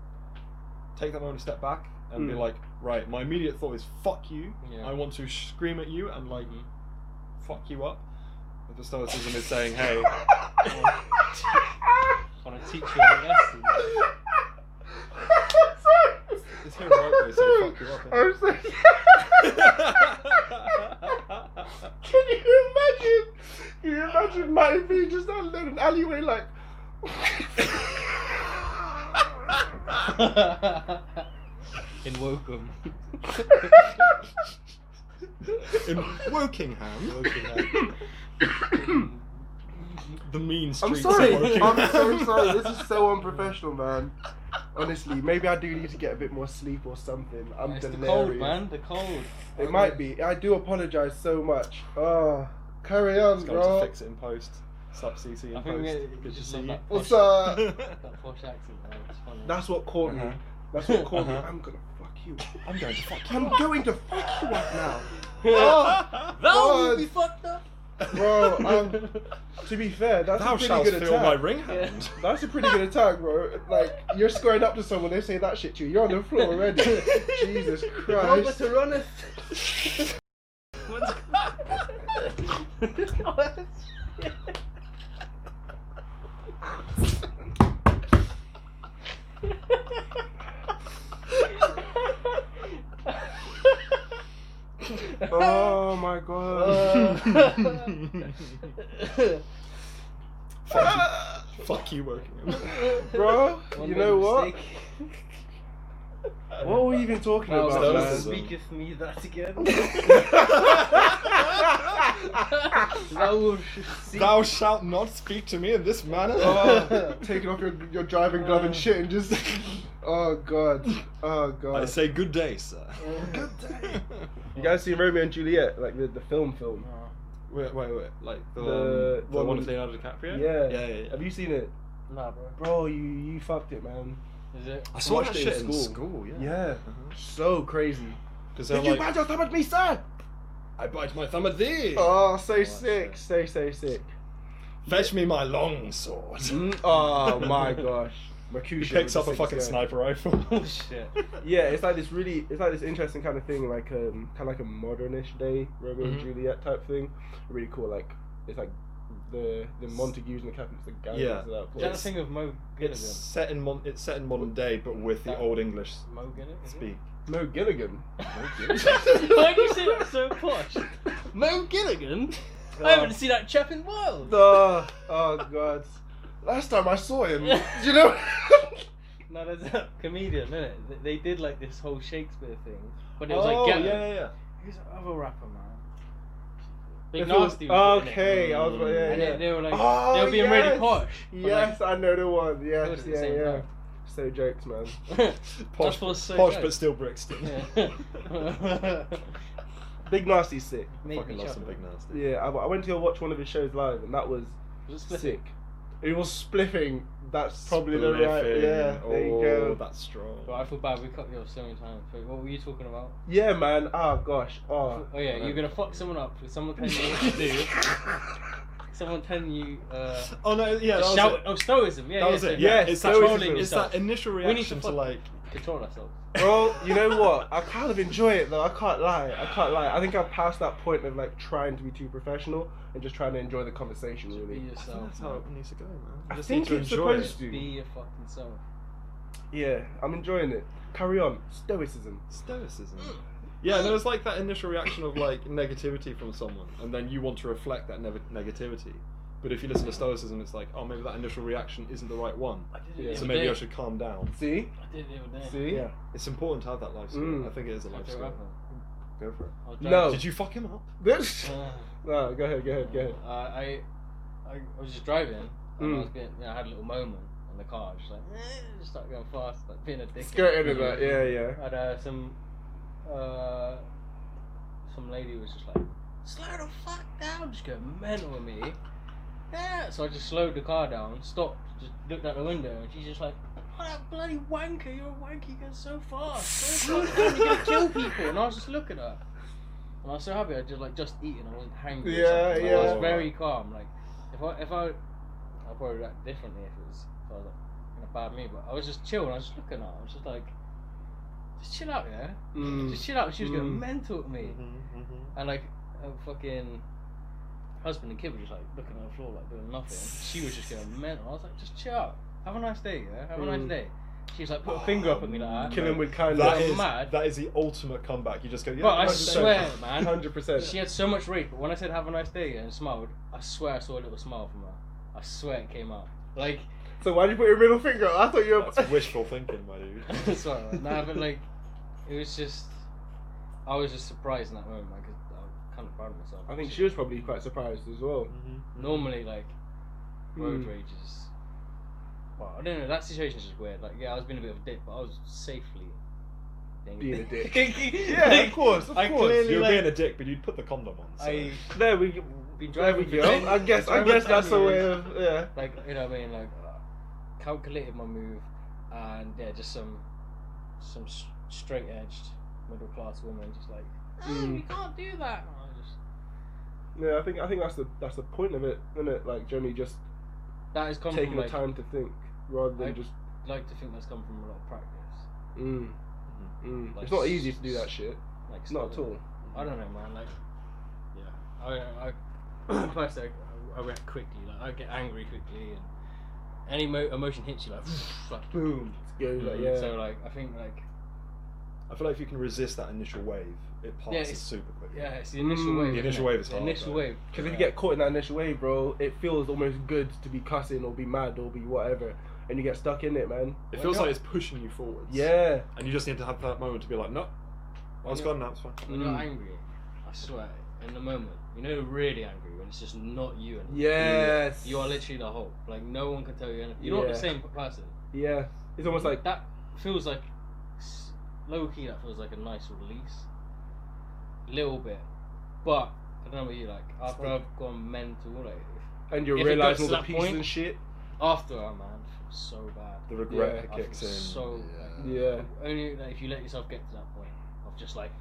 take that moment to step back and be Mm. like, right, my immediate thought is fuck you. Yeah. I want to scream at you and like Mhm. fuck you up. But the stoicism is saying, hey, Trying to teach you a lesson. it's here right way, so fuck you up. I'm innit? so. Can you imagine? Can you imagine Matt and me just out in an alleyway like. In Wokum. In Wokingham, the mean I'm streets. sorry. Of Wokingham. I'm so sorry. This is so unprofessional, man. Honestly, maybe I do need to get a bit more sleep or something. I'm it's the delirious. cold, man. The cold. It might be. I do apologize so much. Oh, carry on, Just got to bro. fix it in post. Stop CC in I think post. we- we Good to just see love you. that. What's up? That posh accent, though. It's funny. That's what caught me. Uh-huh. That's what caught me. Uh-huh. I'm gonna fuck you. I'm going to fuck I'm going to fuck you up now. Ah, That Oh, God. would be fucked up. Bro, um, to be fair, that's Thou a pretty shalt good feel attack. my ring hand. That's a pretty good attack, bro. Like you're squaring up to someone, they say that shit to you. You're on the floor already. Jesus Christ. Robert What's Oh my god. fuck, you, fuck you, Wokingham. bro, you know what? What were we even talking Thou about, Those- man? those- speaketh me that again. Thou shalt not speak to me in this manner. Oh, taking off your, your driving glove and shit and just. Oh god. Oh I god. say good day, sir. Good day. You guys see Romeo and Juliet, like the, the film Oh, film? Wait, wait, wait. Like the, The um, the one one- with Leonardo DiCaprio? Yeah. Yeah, yeah, yeah. Have you seen it? Nah, bro. Bro, you, you fucked it, man. Is it? I saw watched that it shit in in school. school, yeah. Yeah. Uh-huh. So crazy. 'Cause Did they're you like, bite your thumb at me, sir? I bite my thumb at thee! Oh, so that's sick. So, sick. so sick. Fetch me my long sword. Mm, oh my gosh. Mercutio He with picks the up a six fucking gun. sniper rifle. Oh shit. Yeah, it's like this really, it's like this interesting kind of thing, like um, kind of like a modernish day Romeo Mhm. Mm-hmm. and Juliet type thing. Really cool. Like it's like the the Montagues and the Captains, the guys Yeah. of that Is that the place. thing of Mo It's Gilligan? set in mon- it's set in modern day, but with the old English Mm-hmm. Mo Gilligan? is it? speak. Mo Gilligan. Why do you say that so posh? Mo Gilligan? I haven't seen that chap in wild. Oh, oh god. Last time I saw him, do you know? No, there's a comedian, innit? Th- They did like this whole Shakespeare thing, but it was Oh, like yeah, ghetto. Oh, yeah, yeah. Who's the other rapper, man? Big If it was- Nasty. was in it. okay, I was like, yeah, And yeah. they, they were like, Oh, they were being really yes. posh. but, Yes, I know the one. Like, Yes, it yeah, yeah. So jokes, man. yeah. Posh, That's what's so posh good. but still Brixton. Yeah. Big Nasty's sick. Made fucking me love some chuckle. big nasty. Yeah, I, I went to go watch one of his shows live, and that was Was it split? sick. It was spliffing. That's probably the right. Spliffing. Yeah, there you Oh, go. That's strong. Well, I feel bad. We cut you off so many times. Wait, what were you talking about? Yeah, man. Oh gosh. Oh. Oh, yeah, you're gonna fuck someone up. With someone telling you what to do. someone telling you. Uh, oh no, yeah, that was shout. it. Oh, stoicism. Yeah, That yeah, was it. so- Yeah, Yes, it's so that it's- trolling. It's that yourself. initial We need to reaction to fuck- like. Control ourselves. Well, you know what? I kind of enjoy it though. I can't lie. I can't lie. I think I've passed that point of like trying to be too professional and just trying to enjoy the conversation. Just be Really. I think yourself. that's how man. it needs to go, man. You I just think need to it's enjoy supposed Just to. Be your fucking self. Yeah, I'm enjoying it. Carry on. Stoicism. Stoicism. Yeah, there was like that initial reaction of like negativity from someone, and then you want to reflect that nev- negativity. But if you listen to Stoicism, it's like, oh, maybe that initial reaction isn't the right one. I did it. Yeah. the So other maybe day. I should calm down. See? I did it the other day. See? Yeah. It's important to have that life skill. Mm. I think it is a Fuck life your skill. rapper. Go for it. I was No. driving- Did you fuck him up? This. Uh, No, go ahead. Go ahead. Go ahead. Uh, I, I was just driving. And Mm. I was being, you know, I had a little moment in the car. Just like, eh, just start going fast, like being a dick. Skirted in that. Yeah, yeah. And uh, some, uh, some lady was just like, slow the fuck down, just go mental with me. Yeah. So I just slowed the car down, stopped, just looked out the window, and she's just like, "Oh, that bloody wanker! You're a wanker. You go so fast. Go so fast. You're gonna kill people." And I was just looking at her, and I was so happy. I just like just eaten. I wasn't hangry. or Yeah, something. Like, I yeah. was very calm. Like if I if I, I probably react differently if it was if I was like, in a bad mood. But I was just chill and I was just looking at her. I was just like, "Just chill out, yeah. Just chill out." And she was Mm. going mental at me. Mm-hmm, And like her fucking husband and kid were just like looking on the floor, like doing nothing. She was just going mental. I was like, just chill out. Have a nice day, yeah? Have a Mm. nice day. She was like, put a finger up at me like that. Kill him with kindness. That I'm is mad. that is the ultimate comeback. You just go. Yeah, Bro, I 100%." swear, man. Hundred percent. She had so much rage, but when I said have a nice day yeah, and smiled, I swear I saw a little smile from her. I swear it came out. Like, So why did you put your middle finger? up? I thought you were. That's wishful thinking, my I dude. swear, man. nah, but like, it was just, I was just surprised in that moment, like, 'cause I was kind of proud of myself. I think she was probably quite surprised as well. normally like road Hmm. rage is well I don't know that situation's just weird like yeah I was being a bit of a dick but I was safely being, Being a dick. yeah course, I clearly- You're like- being a dick, but you'd put the condom on. So. I There we. been There we driving go. for 10 I guess. I driving guess for that's 10 a way years. of. Yeah. like you know what I mean like calculated my move and yeah just some some s- straight edged middle class woman just like "Hey, Hmm. you can't do that And Mm. I was just- Yeah. I think. I think that's the. That's the point of it, isn't it? Like generally just that has come taking from the like time to think rather than I- just. like to think that's come from a lot of practice Mm, Mm-hmm. mm. Like it's not s- easy to do that shit. like Not at studying. all. I don't know, man. Like, yeah, I, I plus I, I react quickly. Like, I get angry quickly, and any mo- emotion hits you like, like boom. Go, like, Mm, yeah. So like, I think like, I feel like if you can resist that initial wave, it passes it's- super quick. yeah, it's the initial Mm. wave. The isn't initial it? wave is The hard, Initial though. wave. Because if you get caught in that initial wave, bro, it feels almost good to be cussing or be mad or be whatever, and you get stuck in it, man. It Why feels not? like it's pushing you forwards. Yeah. And you just need to have that moment to be like, no, I was Yeah. gone now, it's fine. when you're Mm. angry, I swear, in the moment, you know, you're really angry when it's just not you and Yes. you are literally the Hulk. Like no one can tell you anything. You're not Yeah. the same person. Yeah. It's almost like. that feels like s- low key. That feels like a nice release, little bit, but I don't know what you like. After like- I've gone mental, like if- And you're if it got to realizing all the that peace point- and shit. after I man, I feel so bad. The regret Yeah, I kicks in. feel so- Yeah. Only like, if you let yourself get to that point of just like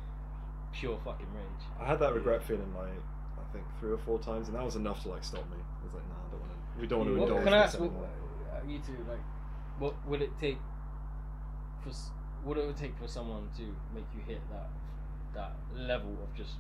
pure fucking rage. I had that regret feeling like I think three or four times, and that was enough to like stop me. I was like, nah, I don't want to. We don't want to What- indulge can I this ask? What, anymore. uh, you two, like, what would it take for? s- What it would take for someone to make you hit that that level of just?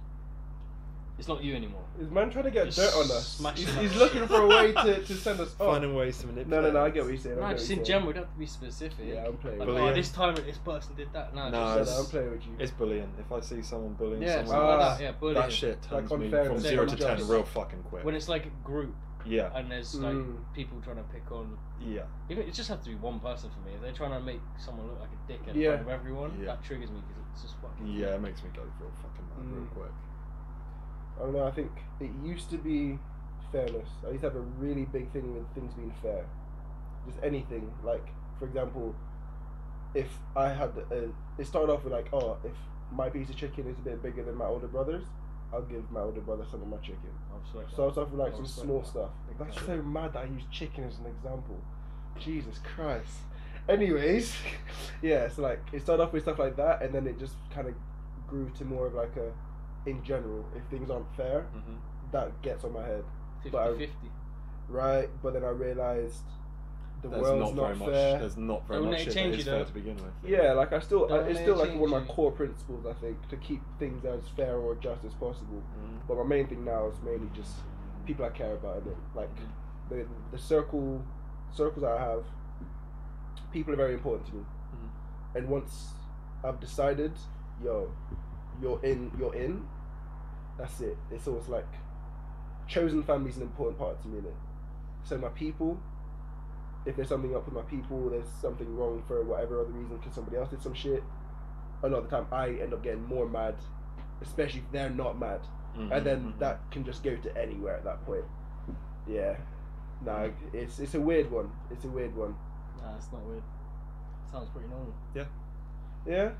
It's not you anymore. Is man trying to get Just dirt on us? smash He's, it up. he's looking for a way to, to send us up. Finding ways to manipulate. No, no, no. I get what you're us. saying. I No, get just what you're in saying. general, you don't have to be specific. Yeah, I'm playing. Like, with But you. oh, yeah. this time this person did that. No, No, Yeah, just, no, I'm it's- playing with you. uh, It's bullying. If I see someone bullying yeah, someone, something like else. that. Yeah, bullying. that shit Like turns on me fairness. from Say zero on to jobs. ten real fucking quick. When it's like a group yeah, and there's like Mm. people trying to pick on, yeah. even it just has to be one person for me. If they're trying to make someone look like a dickhead Yeah. in front of everyone, Yeah. that triggers me because it's just fucking. Yeah, it makes me go real fucking mad real Mm. quick. I don't know. I think it used to be fairness. I used to have a really big thing with things being fair. Just anything. Like, for example, if I had. A, it started off with, like, oh, if my piece of chicken is a bit bigger than my older brother's, I'll give my older brother some of my chicken. I'm sorry. So I was off with like Oh, some sorry. small stuff. That's so mad that I use chicken as an example. Jesus Christ. Anyways, yeah, so like it started off with stuff like that, and then it just kind of grew to more of like a, in general, if things aren't fair, Mm-hmm. that gets on my head, 50 but I- 50. right? But then I realized the There's world's not, not, very much. fair. There's not very Wouldn't much Oh, it shit change that you is fair though? to begin with. yeah, like I still, I, Don't it's let still it like one of my change you. core principles. I think to keep things as fair or just as possible. Mm. But my main thing now is mainly just people I care about and like the the circle circles I have. People are very important to me, and once I've decided, yo, you're in, you're in. That's it. It's almost like chosen family's an important part to me. Innit? So my people. If there's something up with my people, there's something wrong for whatever other reason, because somebody else did some shit. A lot of the time, I end up getting more mad, especially if they're not mad Mm. and then Mm-hmm. that can just go to anywhere at that point. Yeah, no, it's it's a weird one. It's a weird one. Nah, it's not weird. Sounds pretty normal. Yeah,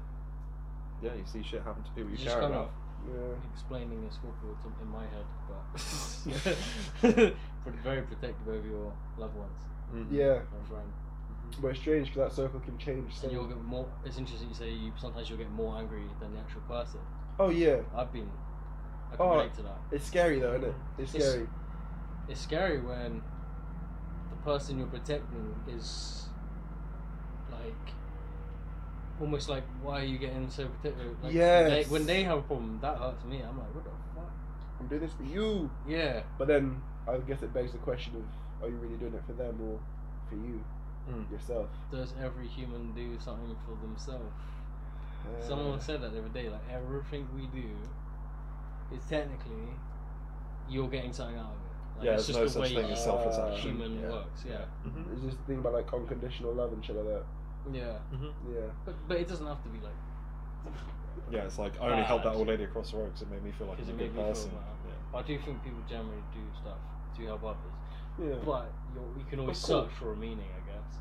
yeah, you see shit happen to people you It's care just kind about. yeah. explaining a scorpion in my head, but but very protective over your loved ones Mhm. yeah. and friends. Mhm. But it's strange because that circle can change. And you'll So. get more. It's interesting you say you sometimes you'll get more angry than the actual person. Oh yeah, I've been. I can Oh. relate to that. it's scary though, isn't it? It's It's- scary. It's scary when the person you're protecting is like almost like why are you getting so protective? Like, They, Yes. when they have a problem, that hurts me. I'm like, what the fuck? I'm doing this for you, Yeah. but then I guess it begs the question of: Are you really doing it for them or for you Mm. yourself? Does every human do something for themselves? Uh, Someone said that the other day. Like everything we do is technically you're getting something out of it. Like, yeah, it's just there's no the such way thing as uh, selfless action. human yeah. works. Yeah. Mhm. It's just the thing about like unconditional love and shit like that. Yeah. Mm-hmm. Yeah. But but it doesn't have to be like. Yeah, it's like I only helped that Bad. old lady across the road because it made me feel like 'Cause I'm a it made good me feel person. bad. Yeah. I do think people generally do stuff to help others, Yeah. but you're, you can always Of course. search for a meaning, I guess.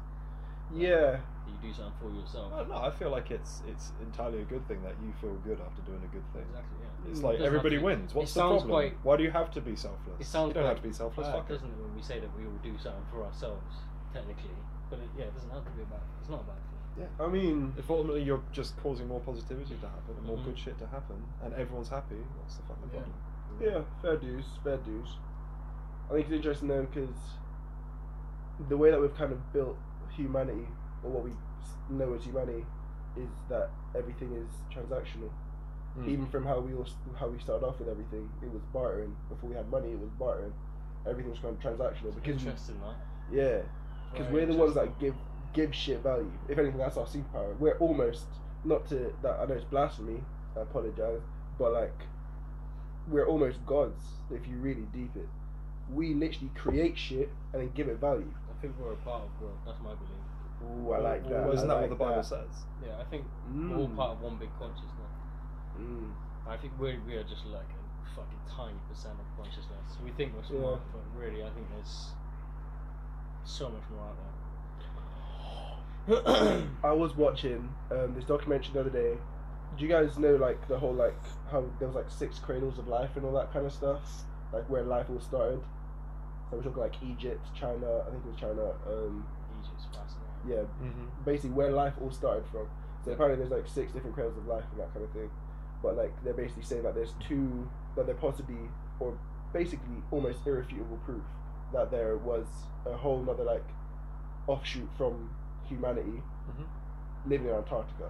Yeah. You do something for yourself. Oh, I don't know. I feel like it's it's entirely a good thing that you feel good after doing a good thing. Exactly. Yeah. It's Mm. like Doesn't everybody have to- wins. What's the sounds problem? quite- Why do you have to be selfless? It sounds you don't quite have to be selfless. bad, fuck it. doesn't it? When we say that we all do something for ourselves, technically, but it, yeah, it doesn't have to be a bad. It's not a bad thing. I mean, If ultimately you're just causing more positivity to happen and more Mhm. good shit to happen, and everyone's happy, what's the fucking Yeah. problem? yeah, fair dues, fair dues. I think it's interesting though because the way that we've kind of built humanity, or what we s- know as humanity, is that everything is transactional. Mm. Even from how we all, s- how we started off with everything, it was bartering. Before we had money, it was bartering. Everything was kind of transactional because we, Interesting, that. yeah, because Oh, Very we're the ones interesting. that give give shit value. If anything, that's our superpower. We're almost not to that. I know it's blasphemy. I apologize, but like we're almost gods if you really deep it. We literally create shit and then give it value. I think we're a part of God. That's my belief. Ooh, I like that. Well, isn't I that like what the Bible that. says? Yeah, I think Mm. we're all part of one big consciousness. Mm. I think we we are just like a fucking tiny percent of consciousness. We think we're smart, but really, I think there's so much more out there. I was watching um, this documentary the other day. Do you guys know like the whole like how there was like six cradles of life and all that kind of stuff, like where life all started. So we're talking like Egypt, China. I think it was China. Um, Egypt's fascinating. yeah, Mm-hmm. basically where life all started from. So apparently there's like six different cradles of life and that kind of thing. But like they're basically saying that there's two that they're possibly or basically almost irrefutable proof that there was a whole nother like offshoot from humanity Mm-hmm. living in Antarctica.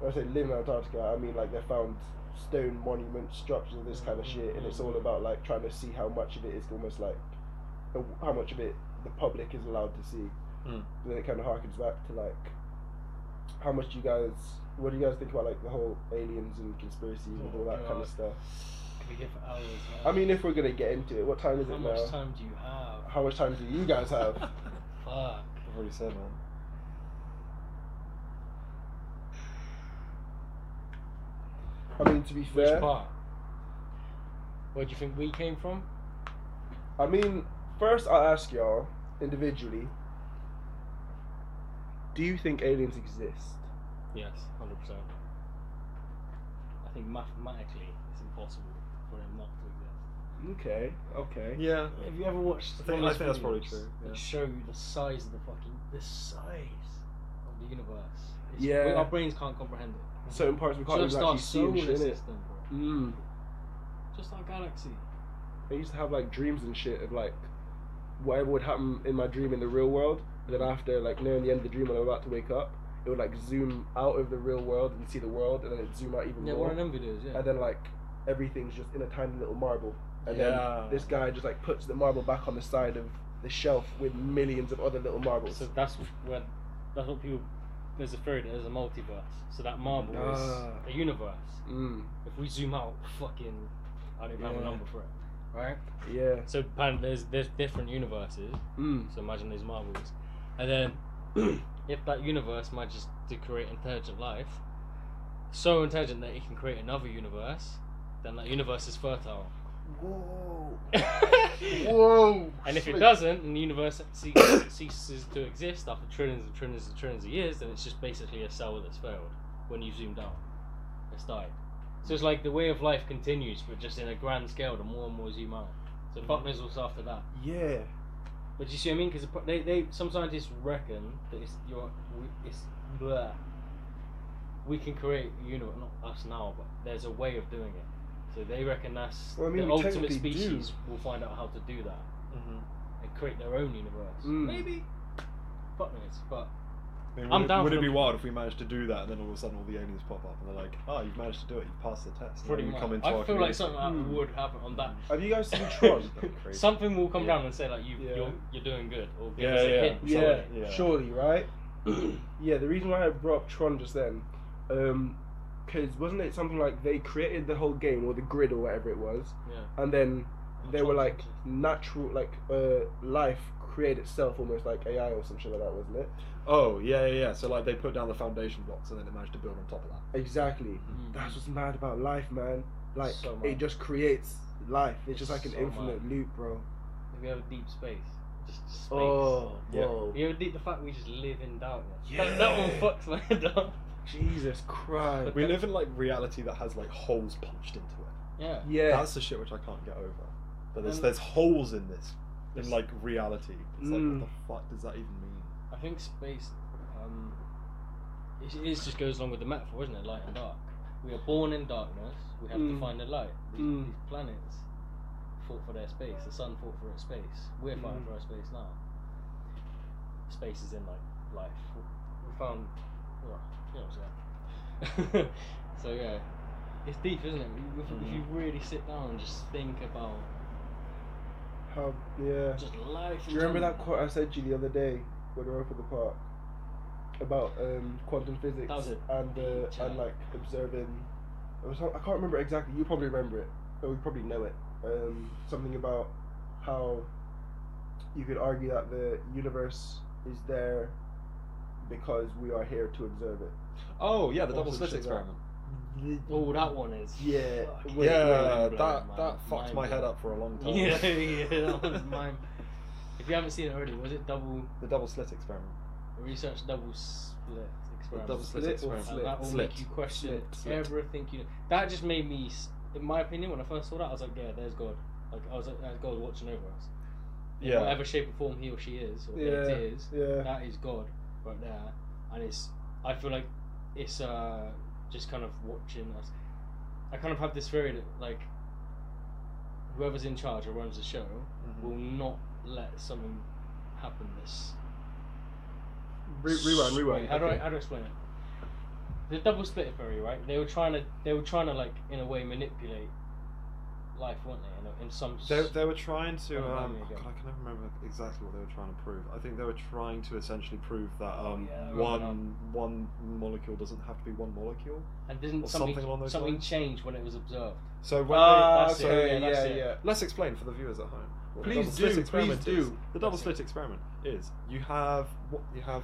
When I say living in Antarctica, I mean like they found stone monuments, structures, and this kind Mm-hmm. of shit, and it's all about like trying to see how much of it is almost like uh, how much of it the public is allowed to see. Mm. And then it kind of harkens back to like how much do you guys, what do you guys think about like the whole aliens and conspiracies and Oh, all that kind God. of stuff? Could be here for hours. I mean, if we're gonna get into it, what time is how it much now? time do you have? How much time do you guys have? I've Fuck. already said one. I mean, to be Which fair, part? Where do you think we came from? I mean, first I'll ask y'all individually. Do you think aliens exist? Yes, hundred percent. I think mathematically it's impossible for him not to exist. Okay, okay. Yeah. Have you ever watched? I think- one of I those think that's probably videos true, that yeah. show you the size of the fucking the size of the universe. Yeah. we- our brains can't comprehend it. Certain parts we can't Just even our actually see solar and shit. innit? system, bro. Mm. Just our galaxy. I used to have like dreams and shit of like whatever would happen in my dream in the real world, and then after like nearing the end of the dream when I'm about to wake up, it would like zoom out of the real world and see the world, and then it would zoom out even Yeah, more, one of them videos. Yeah. and then like everything's just in a tiny little marble, and Yeah. then this guy just like puts the marble back on the side of the shelf with millions of other little marbles. So that's where that's what people. There's a theory that there's a multiverse. So that marble Ah. is a universe. Mm, If we zoom out, fucking, I don't even have a Yeah. number for it. Right. yeah. So apparently there's there's different universes. Mm. So imagine these marbles, and then if that universe manages to create intelligent life, so intelligent that it can create another universe, then that universe is fertile. Whoa. and Whoa. if it Slick. doesn't, and the universe ce- ceases to exist after trillions and trillions and trillions of years, then it's just basically a cell that's failed when you've zoomed out. It's died. So it's like the way of life Mm-hmm. continues, but just in a grand scale, the more and more zoom out. So fuck knows what's after that. Yeah. But do you see what I mean? Because they, they some scientists reckon that it's your we- it's bleh. we can create a universe, not us now, but there's a way of doing it. So they reckon that's Well, I mean, the we ultimate technically do. species will find out how to do that Mm-hmm. and create their own universe. Mm. Maybe. Fuck knows, but I mean, I'm would, it- down would for it be them- wild if we managed to do that and then all of a sudden all the aliens pop up and they're like, oh, you've managed to do it, you've passed the test. and pretty then you much. come into I our feel like community. something like that Mm. would happen on that. Have you guys seen Tron? That'd be crazy. Something will come Yeah. down and say like you Yeah. you're, you're doing good or give Yeah, us a yeah. hint. Yeah. somewhere. Yeah. surely, right? yeah, the reason why I brought up Tron just then, um, because wasn't it something like they created the whole game or the grid or whatever it was, Yeah. and then they were Tron- like Tron- natural, like uh, life create itself almost like AI or some shit like that, wasn't it? Oh, yeah, yeah, yeah. So, like, they put down the foundation blocks and then they managed to build on top of that. Exactly. Mm. That's what's mad about life, man. Like So mad. it just creates life. It's just like an So infinite loop, bro. If you have a deep space, just just space. Oh, Yeah. whoa. You ever deep the fact we just live in doubt? Yeah. Yeah. That, that one fucks my head up. Jesus Christ. But We then- live in, like, reality that has, like, holes punched into it. Yeah. Yeah. That's the shit which I can't get over. But there's, Um, there's holes in this, in, Yes. like, reality. It's Mm. like, what the fuck does that even mean? I think space, um, it, it just goes along with the metaphor, isn't it? Light and dark. We are born in darkness. We have to Mm. find the light. These, Mm. these planets fought for their space. The sun fought for its space. We're fighting Mm. for our space now. Space is in like life. We found, oh, well, you know what I'm saying. so yeah, it's deep, isn't it? If, if Mm. you really sit down and just think about How, yeah. just life. Do in you remember general. that quote I said to you the other day when we were up at the park about um, quantum physics That was it. and uh, and like observing? It was, I can't remember exactly. You probably remember it, or you probably know it. Um, something about how you could argue that the universe is there because we are here to observe it. Oh, yeah, the Also double slit shit that- experiment. Oh, that one is. Yeah, fucking Wait, yeah, mind-blowing, that, man. that fucked my head up for a long time. Mind-blowing. Yeah, yeah, that one's mine. If you haven't seen it already, was it double The double slit experiment. research double split experiment? double Slit slit or experiment. And that will Slit. make you question Slit. Slit. everything you know. That just made me, s- in my opinion, when I first saw that, I was like, yeah, there's God. Like I was like, there's God watching over us. In Yeah. Whatever shape or form he or she is, or yeah, it is, yeah. that is God right there, and it's. I feel like it's uh just kind of watching us. I kind of have this theory that like whoever's in charge or runs the show Mm. Mhm. will not let something happen. This Re- rewind, rewind. Wait, how do I okay. how do I explain it? The double split theory, right? They were trying to they were trying to like in a way manipulate life, weren't they? In, a, in some s- They, they were trying to. Oh, Um, there you oh go. God, I can never remember exactly what they were trying to prove. I think they were trying to essentially prove that Oh, um, yeah, I remember one one molecule doesn't have to be one molecule. and didn't or something something along something, those lines? change when it was observed? So when Ah, That's it, okay, yeah, that's yeah, it. yeah. they, let's explain for the viewers at home. what the Please double slit do, experiment please is. do. The double That's slit experiment is you have what you have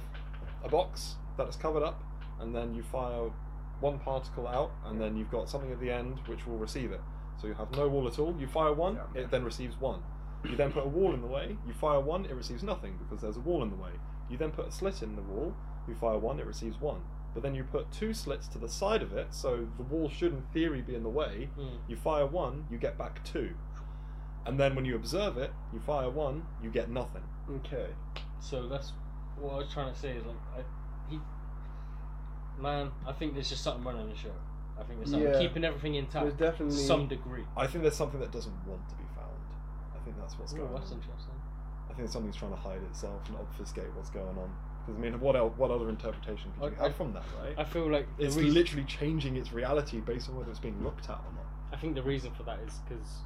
a box that is covered up, and then you fire one particle out, and then you've got something at the end which will receive it. So you have no wall at all. You fire one, Yeah. it then receives one. You then put a wall in the way. You fire one, it receives nothing because there's a wall in the way. You then put a slit in the wall. You fire one, it receives one. But then you put two slits to the side of it, so the wall should, in theory, be in the way. Hmm. Mm. You fire one, you get back two. And then when you observe it, you fire one, you get nothing. Okay. So that's what I was trying to say is like, I, he, man, I think there's just something running the show. I think there's something Yeah. keeping everything There's intact to definitely some degree. I think there's something that doesn't want to be found. I think that's what's Ooh, going on. that's interesting. I think something's trying to hide itself and obfuscate what's going on. Because I mean, what el what other interpretation could you I- I- have from that, right? I feel like the it's reason, literally changing its reality based on whether it's being looked at or not. I think the reason for that is because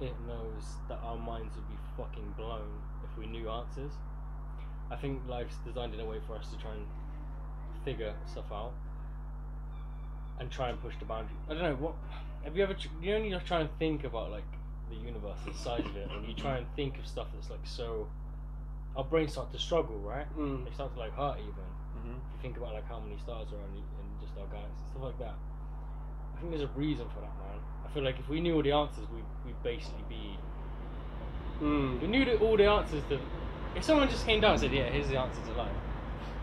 it knows that our minds would be fucking blown if we knew answers. I think life's designed in a way for us to try and figure stuff out and try and push the boundary. I don't know what. Have you ever? tr- You know, when you're trying to think about like the universe, the size of it, and you try and think of stuff that's like so. Our brains start to struggle, right? Mm. They start to like hurt even Mm-hmm. if you think about like how many stars are in, in just our galaxy, stuff like that. I think there's a reason for that, man. I feel like if we knew all the answers, we'd, we'd basically be. If we Mm. knew the, all the answers to. If someone just came down and said, yeah, here's the answer to life,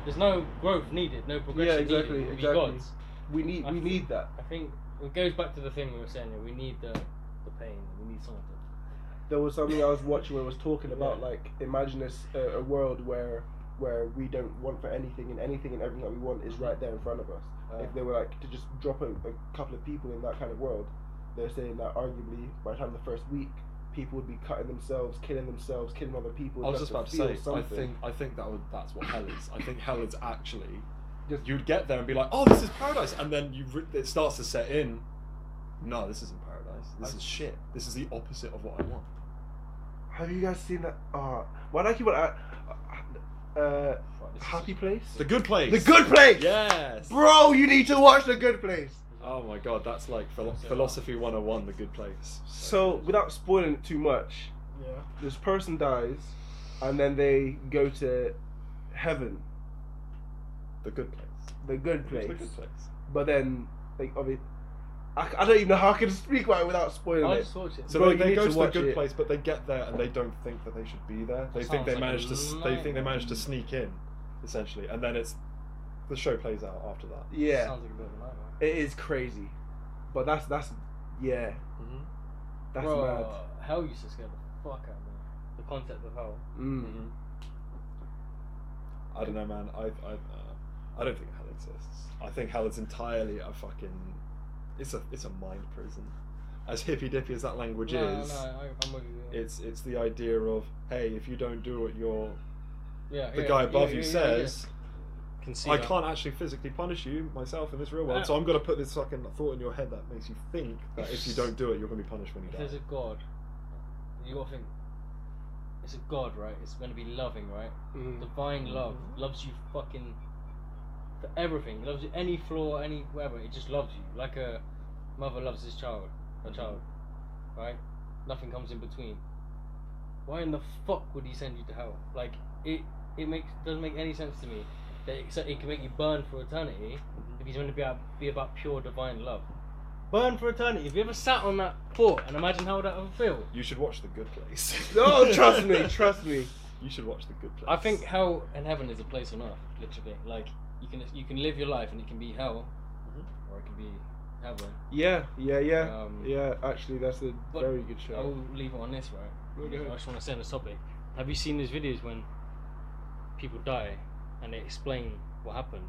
there's no growth needed, no progression exactly, needed. We'd exactly. be gods. We need we need that. I think it goes back to the thing we were saying, yeah, we need the, the pain, we need someone to there was something I was watching where it was talking about like imagine this uh, a world where where we don't want for anything and anything and everything that we want is right there in front of us. Uh, If they were like to just drop a, a couple of people in that kind of world, they're saying that arguably by the time the first week, people would be cutting themselves, killing themselves, killing other people. I was just about to say, feel I think I think that would, that's what hell is. I think hell is actually Just- you'd get there and be like, oh, this is paradise, and then you re- it starts to set in. No, this isn't paradise. This I- is shit. This is the opposite of what I want. Have you guys seen that? Uh, why do I keep on? Uh, uh, Right, this is happy just- place. The good place. The Good Place. Yes. Bro, you need to watch The Good Place. Oh my god, that's like philo- philosophy 101, the good place. So, without spoiling it too much, Yeah. this person dies, and then they go to heaven, the good place. the good It's place. The good place. But then, like, obviously, I, I don't even know how I can speak about it without spoiling I it. just watched it. So Bro, they, you they need go to to, the watch good it. place, but they get there and they don't think that they should be there. They That think they sounds like managed a to. s- They think they nightmare. managed to sneak in, essentially, and then it's the show plays out after that. Yeah, Sounds like a bit of a nightmare. it is crazy, but that's that's yeah, Mm-hmm. that's Bro, mad. Hell used to scare the fuck out of me. The concept of hell. Mm. Mm-hmm. I don't know, man. I I uh, I don't think hell exists. I think hell is entirely a fucking. It's a it's a mind prison. As hippy dippy as that language no, is, no, I, I'm with you. Yeah, it's it's the idea of hey, if you don't do what your yeah, the yeah, guy yeah, above yeah, you yeah, says, yeah. Can see I that. can't actually physically punish you myself in this real world, Uh, so I'm going to put this fucking thought in your head that makes you think that if you don't do it, you're going to be punished when you If die. there's a god, you gotta think. It's a god, right? It's meant to be loving, right? Mm. Divine Mm-hmm. love loves you fucking for everything. Loves you any flaw, any whatever. It just loves you like a mother loves his child, her Mm-hmm. child, right? Nothing comes in between. Why in the fuck would he send you to hell? Like it, it makes doesn't make any sense to me. That it, so it can make you burn for eternity Mm-hmm. if he's meant to be about, be about pure divine love. Burn for eternity. Have you ever sat on that thought and imagine how that would feel? You should watch The Good Place. No, trust me, trust me. You should watch The Good Place. I think hell and heaven is a place on earth, literally. Like you can you can live your life and it can be hell, Mm-hmm. or it can be heaven. Yeah, yeah, yeah, Um, yeah. Actually, that's a but very good I show. will leave it on this, right? No, go ahead. I just want to say on this topic. Have you seen these videos when people die and they explain what happened?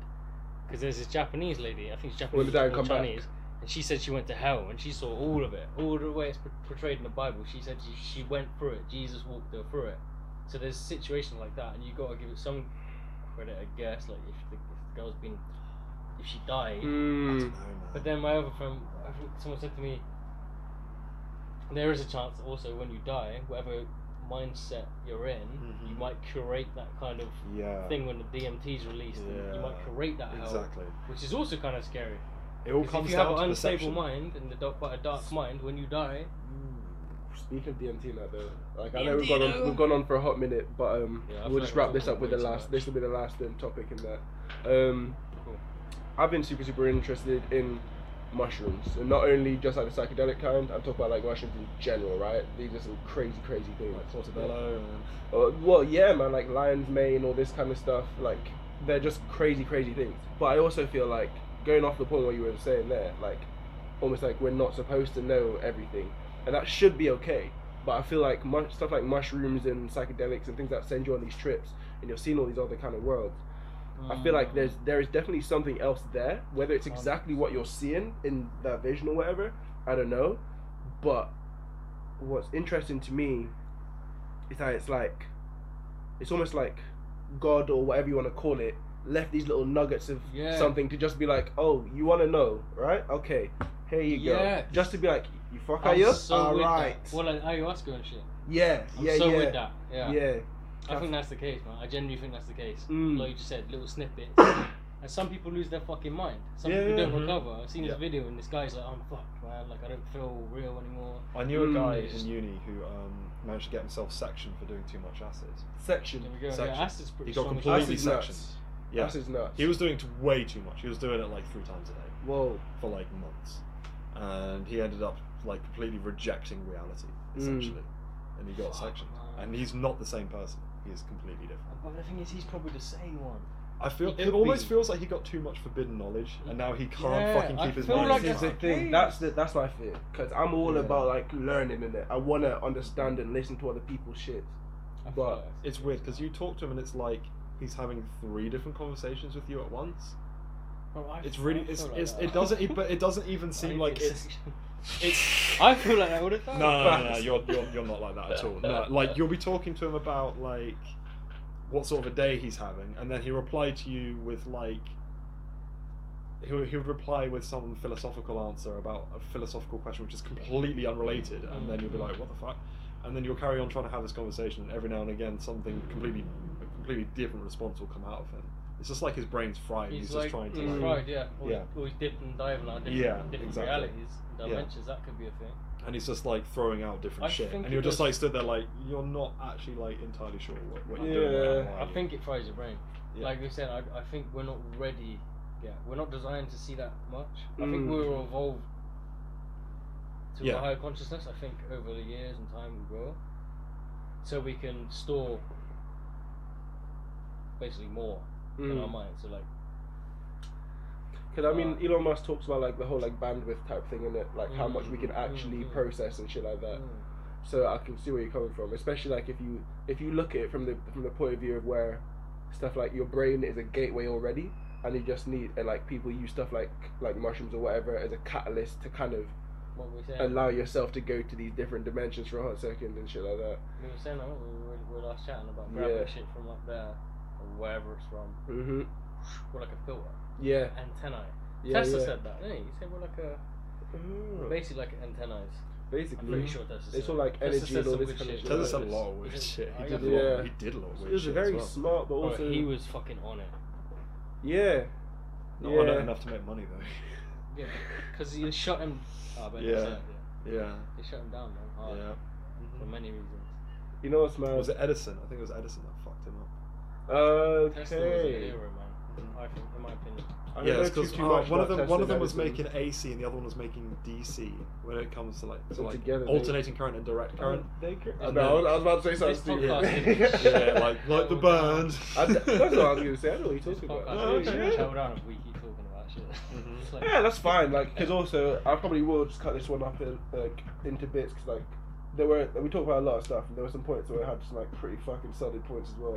Because there's this Japanese lady, I think she's When Japanese they die and or come back. Chinese, and she said she went to hell and she saw all of it, all the way it's por- portrayed in the Bible. She said she, she went through it. Jesus walked her through it. So there's situations like that, and you got to give it some credit, I guess. Like if the, if the girl's been, if she died, I don't Mm. know, man. but then my other friend, I think someone said to me, there is a chance also when you die, whatever mindset you're in, you Mhm. might curate that kind of yeah, thing when the DMT's released. and you might Yeah, curate that hell, exactly. which is also kind of scary. It all 'Cause comes if you down have an to unstable perception. mind and a dark, quite a dark mind, when you die, Speaking of DMT now though, like I know we've gone on we've gone on for a hot minute, but um Yeah, I feel we'll like just we're wrap this talking up with the way too last much. this will be the last um, topic in that. Um Cool. I've been super super interested in mushrooms. And not only just like the psychedelic kind, I'm talking about like mushrooms in general, right? These are some crazy, crazy things. Like Portobello and Uh, well, yeah, man, like lion's mane, all this kind of stuff. Like, they're just crazy, crazy things. But I also feel like going off the point what you were saying there, like, almost like we're not supposed to know everything, and that should be okay. But I feel like much stuff like mushrooms and psychedelics and things that send you on these trips, and you're seeing all these other kind of worlds. I feel mm, like there's there is definitely something else there. Whether it's exactly what you're seeing in that vision or whatever, I don't know. But what's interesting to me is that it's like it's almost like God or whatever you want to call it left these little nuggets of Yeah. something to just be like, oh, you want to know, right? Okay, here you Yeah. go. Just to be like, you fuck I'm are you? so All with right. that. Well, like ayahuasca and shit. Yeah, I'm yeah, so yeah. with that. yeah, Yeah. I think that's the case, man. I genuinely think that's the case. Mm. Like you just said, little snippets. and some people lose their fucking mind. Some Yeah, people don't mhm. recover. I've seen Yeah. this video and this guy's like, I'm fucked, man. Like, I don't feel real anymore. I knew a guy Mm. in uni who um, managed to get himself sectioned for doing too much acid. Section. There we go. Section. Yeah, acid's pretty He got strong as completely Acid's well. sectioned. nuts. Yeah, This is nuts. he was doing t- way too much. He was doing it like three times a day. Whoa. for like months, and he ended up like completely rejecting reality Mm. essentially, and he Hmm. got Fuck, sectioned. man. And he's not the same person. He is completely different. But the thing is, he's probably the same one. I feel He it could almost be. feels like he got too much forbidden knowledge, and now he can't Yeah, fucking I keep his feel mind. like this shut. is the it's- thing. That's the that's my fear. Cause I'm all Yeah. about like learning in it. I wanna understand and listen to other people's shit. I feel But- like that's- It's weird because you talk to him and it's like he's having three different conversations with you at once. Well, I It's feel- really I it's, feel like it's that. it doesn't e- but it doesn't even I seem need like to- it's it's I feel like I would have no done. no, no, no, Facts. you're, you're you're not like that at all. No, like you'll be talking to him about like what sort of a day he's having, and then he'll reply to you with like he'll he'll reply with some philosophical answer about a philosophical question which is completely unrelated, and then you'll be like, what the fuck, and then you'll carry on trying to have this conversation, and every now and again something completely a completely different response will come out of him. It's just like his brain's fried. and He's, He's, like, "Mm, just trying to he's like, fried, yeah. Or, Yeah. or he's dipped and diving out different, Yeah, different exactly. realities, Yeah. dimensions. That could be a thing. and he's just like throwing out different I shit, think and you're it just does- like stood there like you're not actually like entirely sure what, what you're Yeah. doing. Like, why I are you- think it fries your brain. Yeah. Like you said, I, I think we're not ready. Yeah, we're not designed to see that much. I think Mm. we were evolved to Yeah. a higher consciousness. I think over the years and time we will, so we can store basically more in our Mm. minds. So like, Cause I mean, Elon Musk talks about like the whole like bandwidth type thing in it, like how much we can Mm, actually mm, mm. process and shit like that. mm, So I can see where you're coming from, especially like if you if you look at it from the from the point of view of where stuff like your brain is a gateway already, and you just need and like people use stuff like like mushrooms or whatever as a catalyst to kind of what were we saying? allow yourself to go to these different dimensions for a hot second and shit like that. we were saying that weren't we? we were, we were last chatting about grabbing Yeah. shit from up there or wherever it's from. Mm-hmm. We're like a filter, Yeah. antennae. Yeah. Tesla yeah. said that, didn't he? He said we're like a Mm. basically like antennas. I'm Basically, pretty sure Tesla said it's all it. Mm-hmm. like Tesla energy said and all some this weird kind of shit. shit. Tell us like a that. lot of weird Is it- shit. He I did, got a lot, Yeah. he did a lot of He weird was shit. very as well. smart, but Bro, also he was fucking on it. yeah, Not yeah. on it enough to make money Yeah, because he shut him. Oh, but Yeah. yeah. though. Yeah. He shut him down, man. hard, Yeah. For many reasons. You know what's mad? Was it Edison? I think it was Edison that fucked him up. Tesla was an Okay. hero, man. I think, in my opinion. I don't yeah, know it's too- because too much one of about them one Tesla of them was medicine. making AC and the other one was making DC when it comes to like, to So like together they- alternating current and direct current. Uh, They cr- And no, I was- then- I was about to say This something podcast stupid. is- yeah, like like the Oh, band. I d- that's what I was gonna say. I know what you're This talking about. podcast Oh, is okay. held down a week, you talking about shit. Mhm. It's like- Yeah, that's fine. Like, because also I probably will just cut this one up in, like into bits. Cause like there were we talked about a lot of stuff, and there were some points where I had some like pretty fucking solid points as well.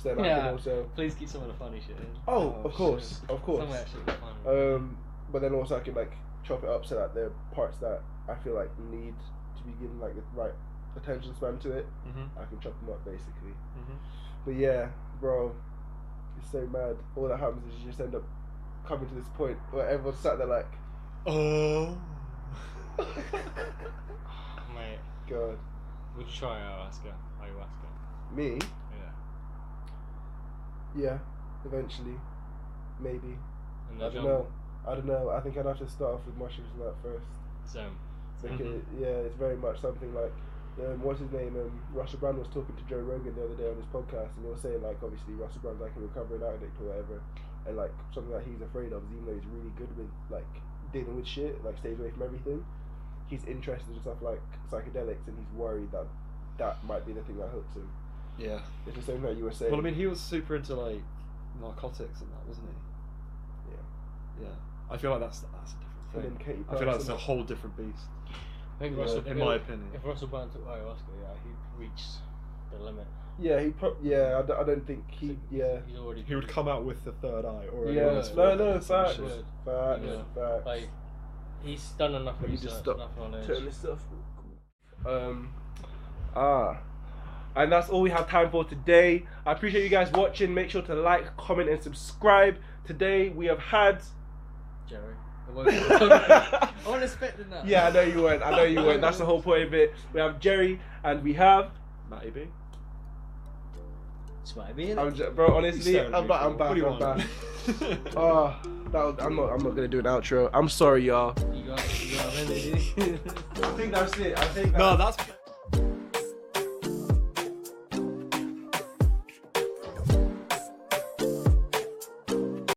So then I Yeah. can also. Please keep some of the funny shit in. Oh, Oh, of course, of Some of course. that shit was funny. Um, but then also I could like chop it up so that there are parts that I feel like need to be given like the right attention span to it. Mhm. I can chop them up basically. mm-hmm. But yeah, bro, it's so mad. All that happens is you just end up coming to this point where everyone's sat there like, Oh. Uh, Mate, God, would you try ayahuasca? Oh, Ayahuasca. me? Yeah. Yeah, eventually, maybe. I In the don't jungle. know. I don't know. I think I'd have to start off with mushrooms and that first. Zone. Mm-hmm. Because yeah, it's very much something like um, what's his name? Um, Russell Brand was talking to Joe Rogan the other day on his podcast, and he was saying like obviously Russell Brand's like a recovering addict or whatever, and like something that he's afraid of is even though he's really good with like dealing with shit, like stays away from everything. He's interested in stuff like psychedelics, and he's worried that that might be the thing that hooks him. Yeah. It's the same thing that you were saying. Well, I mean, he was super into like narcotics and that, wasn't he? Yeah. Yeah. I feel like that's that's a and then different thing. Katie I feel like it's Price, a whole different beast, I think Yeah. Russell, in my opinion. If Russell Brand took ayahuasca, yeah, he reached the limit. yeah, he pro- yeah, I don't, I don't think he yeah. He's already. He would come out with the third eye, or Yeah, was no, working no, some facts, shit. Would. facts, Yeah. facts. Like, he's done enough Let me just research, stop. enough knowledge. Turn this off. Um, ah, and that's all we have time for today. I appreciate you guys watching. Make sure to like, comment, and subscribe. Today we have had. Jerry. I wasn't wasn't expecting that. Yeah, I know you weren't. I know you weren't. That's the whole point of it. We have Jerry and we have. Matty B. This might be it. I'm just, bro, honestly, I'm back. I'm back. I'm back. Oh, that was, I'm not. I'm not gonna do an outro. I'm sorry, y'all. You got, you got a remedy. I think that's it. I think Oh. no, that's.